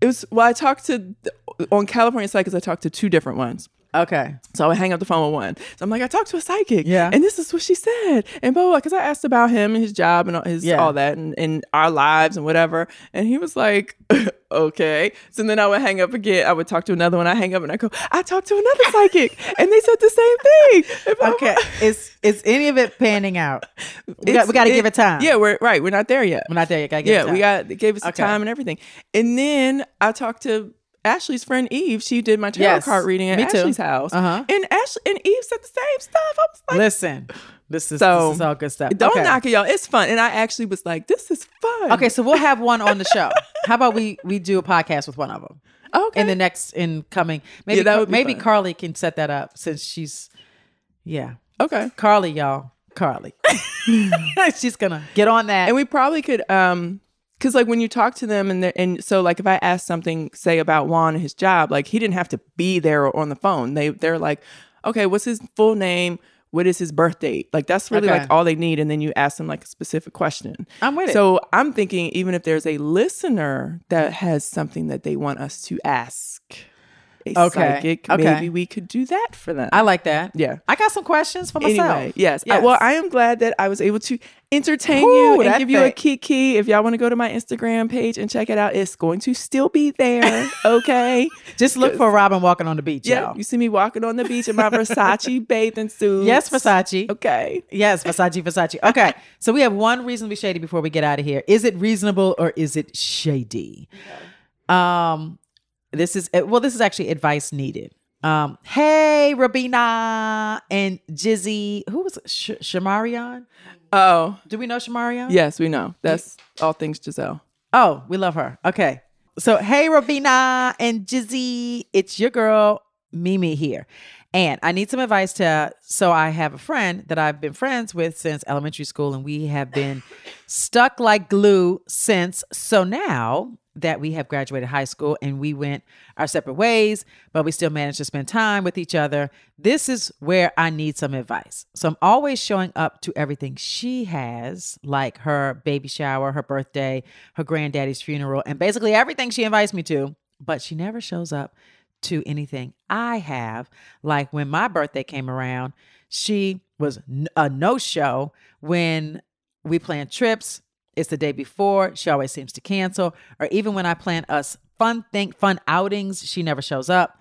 Speaker 6: it was, well, I talked to, on California Psychics, I talked to two different ones.
Speaker 7: Okay.
Speaker 6: So I would hang up the phone with one. So I'm like, I talked to a psychic.
Speaker 7: Yeah.
Speaker 6: And this is what she said. And blah, blah, because I asked about him and his job and all, his,
Speaker 7: Yeah.
Speaker 6: all that and, and our lives and whatever. And he was like, [laughs] okay. So then I would hang up again. I would talk to another one. I hang up and I go, I talked to another psychic. and they said the same thing. And blah, blah,
Speaker 7: Okay. is is any of it panning out? We got,
Speaker 6: It's-
Speaker 7: we got to give it time.
Speaker 6: Yeah, we're right. We're not there yet.
Speaker 7: We're not there yet. Gotta give it
Speaker 6: yeah,
Speaker 7: time.
Speaker 6: we got they gave us
Speaker 7: Okay.
Speaker 6: the time and everything. And then I talked to Ashley's friend Eve. She did my tarot
Speaker 7: Yes.
Speaker 6: card reading at
Speaker 7: Me too.
Speaker 6: Ashley's house.
Speaker 7: Uh-huh.
Speaker 6: And Ashley and Eve said the same stuff. I was like,
Speaker 7: Listen, this is
Speaker 6: So,
Speaker 7: this is all good stuff.
Speaker 6: don't
Speaker 7: Okay.
Speaker 6: knock it, y'all. It's fun. And I actually was like, this is fun.
Speaker 7: Okay, so we'll have one on the show. How about we we do a podcast with one of them?
Speaker 6: Okay.
Speaker 7: In the next in coming, maybe
Speaker 6: Yeah, that
Speaker 7: Car-
Speaker 6: would be
Speaker 7: maybe
Speaker 6: fun.
Speaker 7: Carly can set that up since she's yeah.
Speaker 6: Okay.
Speaker 7: Carly, y'all, Carly, [laughs] she's gonna get on that.
Speaker 6: And we probably could um because like when you talk to them and they're- and so like if I ask something say about Juan and his job, like he didn't have to be there or on the phone. They they're like, okay, what's his full name? What is his birth date? Like that's really
Speaker 7: Okay.
Speaker 6: like all they need, and then you ask them like a specific question.
Speaker 7: I'm with it.
Speaker 6: So I'm thinking even if there's a listener that has something that they want us to ask, a
Speaker 7: Okay.
Speaker 6: psychic,
Speaker 7: Okay.
Speaker 6: maybe we could do that for them.
Speaker 7: I like that.
Speaker 6: Yeah.
Speaker 7: I got some questions for myself.
Speaker 6: Anyway, yes. I- well, I am glad that I was able to entertain
Speaker 7: Ooh,
Speaker 6: you and
Speaker 7: that
Speaker 6: give you a
Speaker 7: thing.
Speaker 6: kiki. If y'all want to go to my Instagram page and check it out, it's going to still be
Speaker 7: [laughs]
Speaker 6: there. Okay.
Speaker 7: Just look for Robin walking on the beach,
Speaker 6: yeah.
Speaker 7: y'all.
Speaker 6: You see me walking on the beach in my
Speaker 7: [laughs]
Speaker 6: Versace bathing suit.
Speaker 7: Yes, Versace.
Speaker 6: Okay.
Speaker 7: Yes, Versace,
Speaker 6: [laughs]
Speaker 7: Versace. Okay. so we have one reasonably shady before we get out of here. Is it reasonable or is it shady? Um, this is eh, well, this is actually advice needed. Um, hey, Rabina and Jizzy. Who was it? Sh- Shamarion?
Speaker 6: Oh,
Speaker 7: do we know Shamarion?
Speaker 6: Yes, we know. That's all things Giselle.
Speaker 7: Oh, we love her. Okay. So, hey, Robina and Jizzy, it's your girl, Mimi here. And I need some advice to. So, I have a friend that I've been friends with since elementary school, and we have been stuck like glue since. So, now that we have graduated high school and we went our separate ways, but we still managed to spend time with each other, this is where I need some advice. So, I'm always showing up to everything she has, like her baby shower, her birthday, her granddaddy's funeral, and basically everything she invites me to, but she never shows up to anything I have. Like when my birthday came around, she was n- a no show when we plan trips. It's the day before. She always seems to cancel. Or even when I plan us fun thing, fun outings, she never shows up.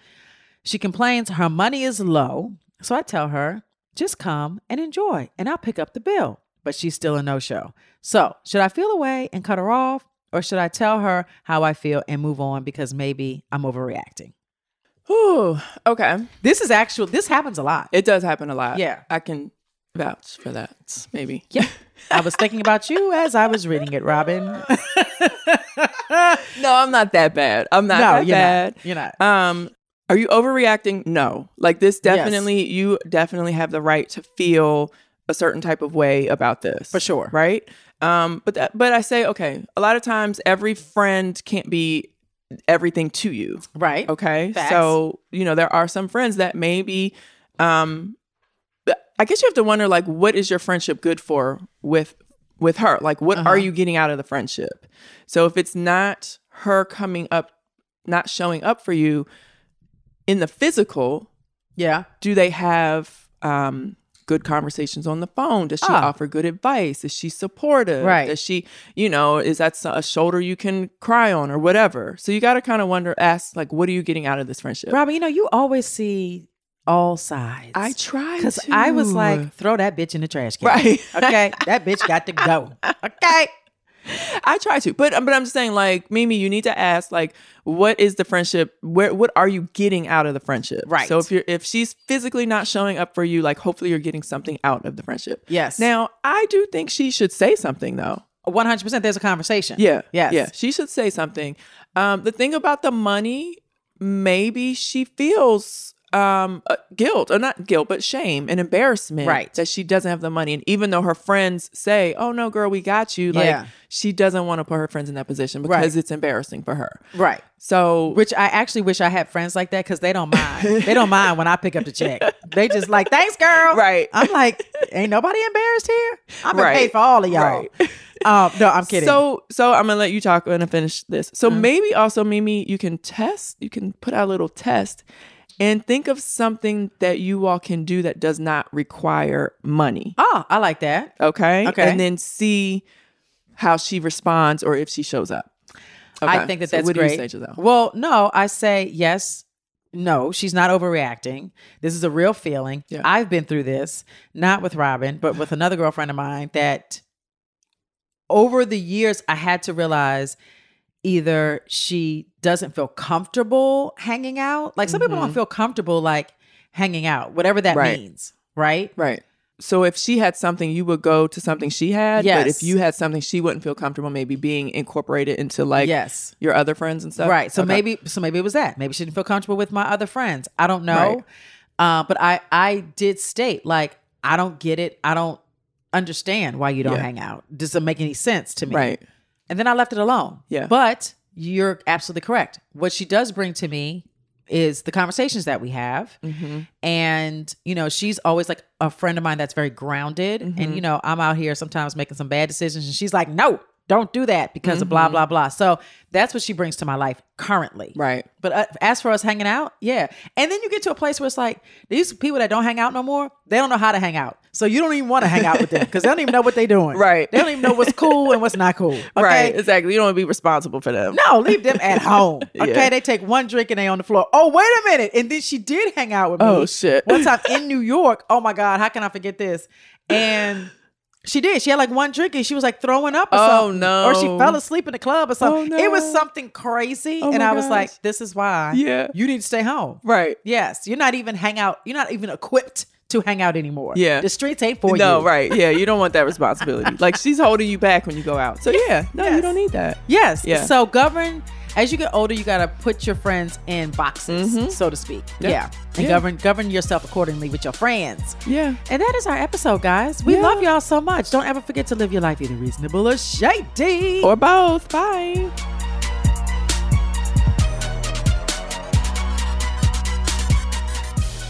Speaker 7: She complains her money is low. So I tell her, just come and enjoy, and I'll pick up the bill. But she's still a no show. So should I feel away and cut her off? Or should I tell her how I feel and move on because maybe I'm overreacting?
Speaker 6: Ooh, okay.
Speaker 7: This is actual, this happens a lot.
Speaker 6: It does happen a lot.
Speaker 7: Yeah.
Speaker 6: I can vouch for
Speaker 7: [laughs]
Speaker 6: that, maybe.
Speaker 7: Yeah. I was thinking about you as I was reading it, Robin.
Speaker 6: no, I'm not that bad. I'm not
Speaker 7: No,
Speaker 6: that
Speaker 7: you're not.
Speaker 6: bad.
Speaker 7: You're not.
Speaker 6: Um, are you overreacting? No. Like this
Speaker 7: Yes.
Speaker 6: definitely you definitely have the right to feel a certain type of way about this. For
Speaker 7: sure.
Speaker 6: Right? Um, but that but I say, okay, a lot of times every friend can't be everything to you.
Speaker 7: Right.
Speaker 6: Okay.
Speaker 7: Facts.
Speaker 6: So, you know, there are some friends that maybe um I guess you have to wonder like what is your friendship good for with with her? Like what
Speaker 7: Uh-huh.
Speaker 6: are you getting out of the friendship? So if it's not her coming up not showing up for you in the physical,
Speaker 7: yeah.
Speaker 6: Do they have um good conversations on the phone? Does she
Speaker 7: Ah.
Speaker 6: offer good advice? Is she supportive?
Speaker 7: Right.
Speaker 6: Does she, you know, is that so- a shoulder you can cry on or whatever? So you got to kind of wonder ask like what are you getting out of this friendship?
Speaker 7: Robin, you know, you always see all sides.
Speaker 6: I try
Speaker 7: Because I was
Speaker 6: to.
Speaker 7: like, throw that bitch in the trash can.
Speaker 6: Right.
Speaker 7: Okay. that bitch got to go. Okay.
Speaker 6: I try to, but um, but I'm just saying, like Mimi, you need to ask, like, what is the friendship? Where what are you getting out of the friendship?
Speaker 7: Right.
Speaker 6: So if you're if she's physically not showing up for you, like, hopefully you're getting something out of the friendship.
Speaker 7: Yes.
Speaker 6: Now I do think she should say something though.
Speaker 7: 100% there's a conversation.
Speaker 6: Yeah.
Speaker 7: Yes.
Speaker 6: Yeah. She should say something. Um, the thing about the money, maybe she feels um uh, guilt or not guilt but shame and embarrassment
Speaker 7: Right.
Speaker 6: that she doesn't have the money and even though her friends say oh no girl we got you like
Speaker 7: Yeah.
Speaker 6: she doesn't want to put her friends in that position
Speaker 7: Right.
Speaker 6: because it's embarrassing for her
Speaker 7: Right.
Speaker 6: So,
Speaker 7: which I actually wish I had friends like that because they don't mind. they don't mind when I pick up the check. They just like, thanks, girl.
Speaker 6: Right.
Speaker 7: I'm like, ain't nobody embarrassed here. I'm gonna
Speaker 6: Right.
Speaker 7: pay for all of y'all. Um, no, I'm kidding. Mm-hmm.
Speaker 6: So, so I'm gonna let you talk when I finish this. So maybe also Mimi, you can test. You can put out a little test, and think of something that you all can do that does not require money.
Speaker 7: oh, I like that.
Speaker 6: Okay.
Speaker 7: Okay.
Speaker 6: And then see how she responds or if she shows up.
Speaker 7: I
Speaker 6: Okay.
Speaker 7: think that
Speaker 6: So
Speaker 7: that's
Speaker 6: what do you
Speaker 7: great.
Speaker 6: say, Giselle?
Speaker 7: Well, no, I say yes. No, she's not overreacting. This is a real feeling. I've been through this, not with Robin, but with another girlfriend of mine that over the years I had to realize either she doesn't feel comfortable hanging out. Like some people don't
Speaker 6: Mhm.
Speaker 7: feel comfortable like hanging out, whatever that
Speaker 6: Right.
Speaker 7: means, right?
Speaker 6: Right. So if she had something, you would go to something she had.
Speaker 7: Yes.
Speaker 6: But if you had something, she wouldn't feel comfortable maybe being incorporated into like
Speaker 7: Yes.
Speaker 6: your other friends and stuff.
Speaker 7: Right. So
Speaker 6: Okay.
Speaker 7: maybe so maybe it was that. Maybe she didn't feel comfortable with my other friends. I don't know.
Speaker 6: Right.
Speaker 7: Uh, but I I did state like I don't get it. I don't understand why you don't
Speaker 6: Yeah.
Speaker 7: hang out. Doesn't make any sense to me.
Speaker 6: Right.
Speaker 7: And then I left it alone.
Speaker 6: Yeah.
Speaker 7: But you're absolutely correct. What she does bring to me is the conversations that we have.
Speaker 6: Mhm.
Speaker 7: And, you know, she's always like a friend of mine that's very grounded.
Speaker 6: Mhm.
Speaker 7: And, you know, I'm out here sometimes making some bad decisions and she's like, no, don't do that because of blah,
Speaker 6: Mhm.
Speaker 7: blah, blah. So that's what she brings to my life currently.
Speaker 6: Right.
Speaker 7: But uh, as for us hanging out, yeah. And then you get to a place where it's like these people that don't hang out no more, they don't know how to hang out. So you don't even want to hang out with them because they don't even know what they're doing.
Speaker 6: Right.
Speaker 7: They don't even know what's cool and what's not cool. Okay?
Speaker 6: [laughs] Right. Exactly. You don't want to be responsible for them.
Speaker 7: No, leave them at home.
Speaker 6: [laughs] Yeah.
Speaker 7: Okay, they take one drink and they on the floor. Oh, wait a minute! And then she did hang out with me.
Speaker 6: Oh, shit.
Speaker 7: One
Speaker 6: [laughs]
Speaker 7: time in New York. Oh my God, how can I forget this? And she did. She had like one drink and she was like throwing up. Or
Speaker 6: Oh,
Speaker 7: something.
Speaker 6: no.
Speaker 7: Or she fell asleep in the club or something.
Speaker 6: Oh,
Speaker 7: It was
Speaker 6: no.
Speaker 7: something crazy,
Speaker 6: Oh,
Speaker 7: and
Speaker 6: my
Speaker 7: I was
Speaker 6: gosh.
Speaker 7: like, "This is why.
Speaker 6: Yeah.
Speaker 7: you need to stay home.
Speaker 6: Right.
Speaker 7: Yes, you're not even hang out. You're not even equipped to hang out anymore.
Speaker 6: Yeah.
Speaker 7: the streets ain't for you.
Speaker 6: No, right. Yeah, you don't
Speaker 7: [laughs]
Speaker 6: want that responsibility. like she's holding you back when you go out. So yeah, no, you don't need that.
Speaker 7: Yes.
Speaker 6: Yeah.
Speaker 7: So govern as you get older, you gotta put your friends in boxes, so to speak.
Speaker 6: Yeah.
Speaker 7: Yeah. And
Speaker 6: Mm-hmm. Yeah.
Speaker 7: govern govern yourself accordingly with your friends.
Speaker 6: Yeah.
Speaker 7: And that is our episode, guys. We love y'all so much. Don't ever forget to live your life either reasonable or shady.
Speaker 6: Or both. Bye.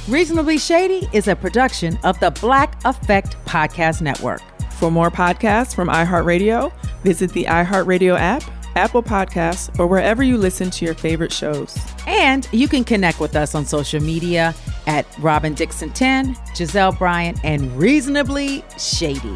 Speaker 7: Reasonably Shady is a production of the Black Effect Podcast Network.
Speaker 6: For more podcasts from iHeartRadio, visit the iHeartRadio app, Apple Podcasts, or wherever you listen to your favorite shows.
Speaker 7: And you can connect with us on social media at Robin Dixon 10, Giselle Bryant, and Reasonably Shady.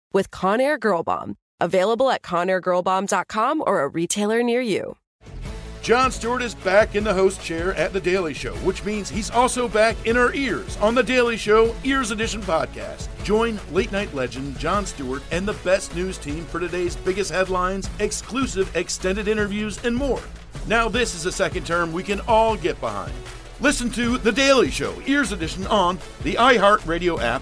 Speaker 1: with Conair Girl Bomb. Available at conairgirlbomb.com or a retailer near you.
Speaker 17: John Stewart is back in the host chair at The Daily Show, which means he's also back in our ears on The Daily Show Ears Edition podcast. Join late night legend John Stewart and the best news team for today's biggest headlines, exclusive extended interviews, and more. Now, this is a second term we can all get behind. Listen to The Daily Show Ears Edition on the iHeartRadio app,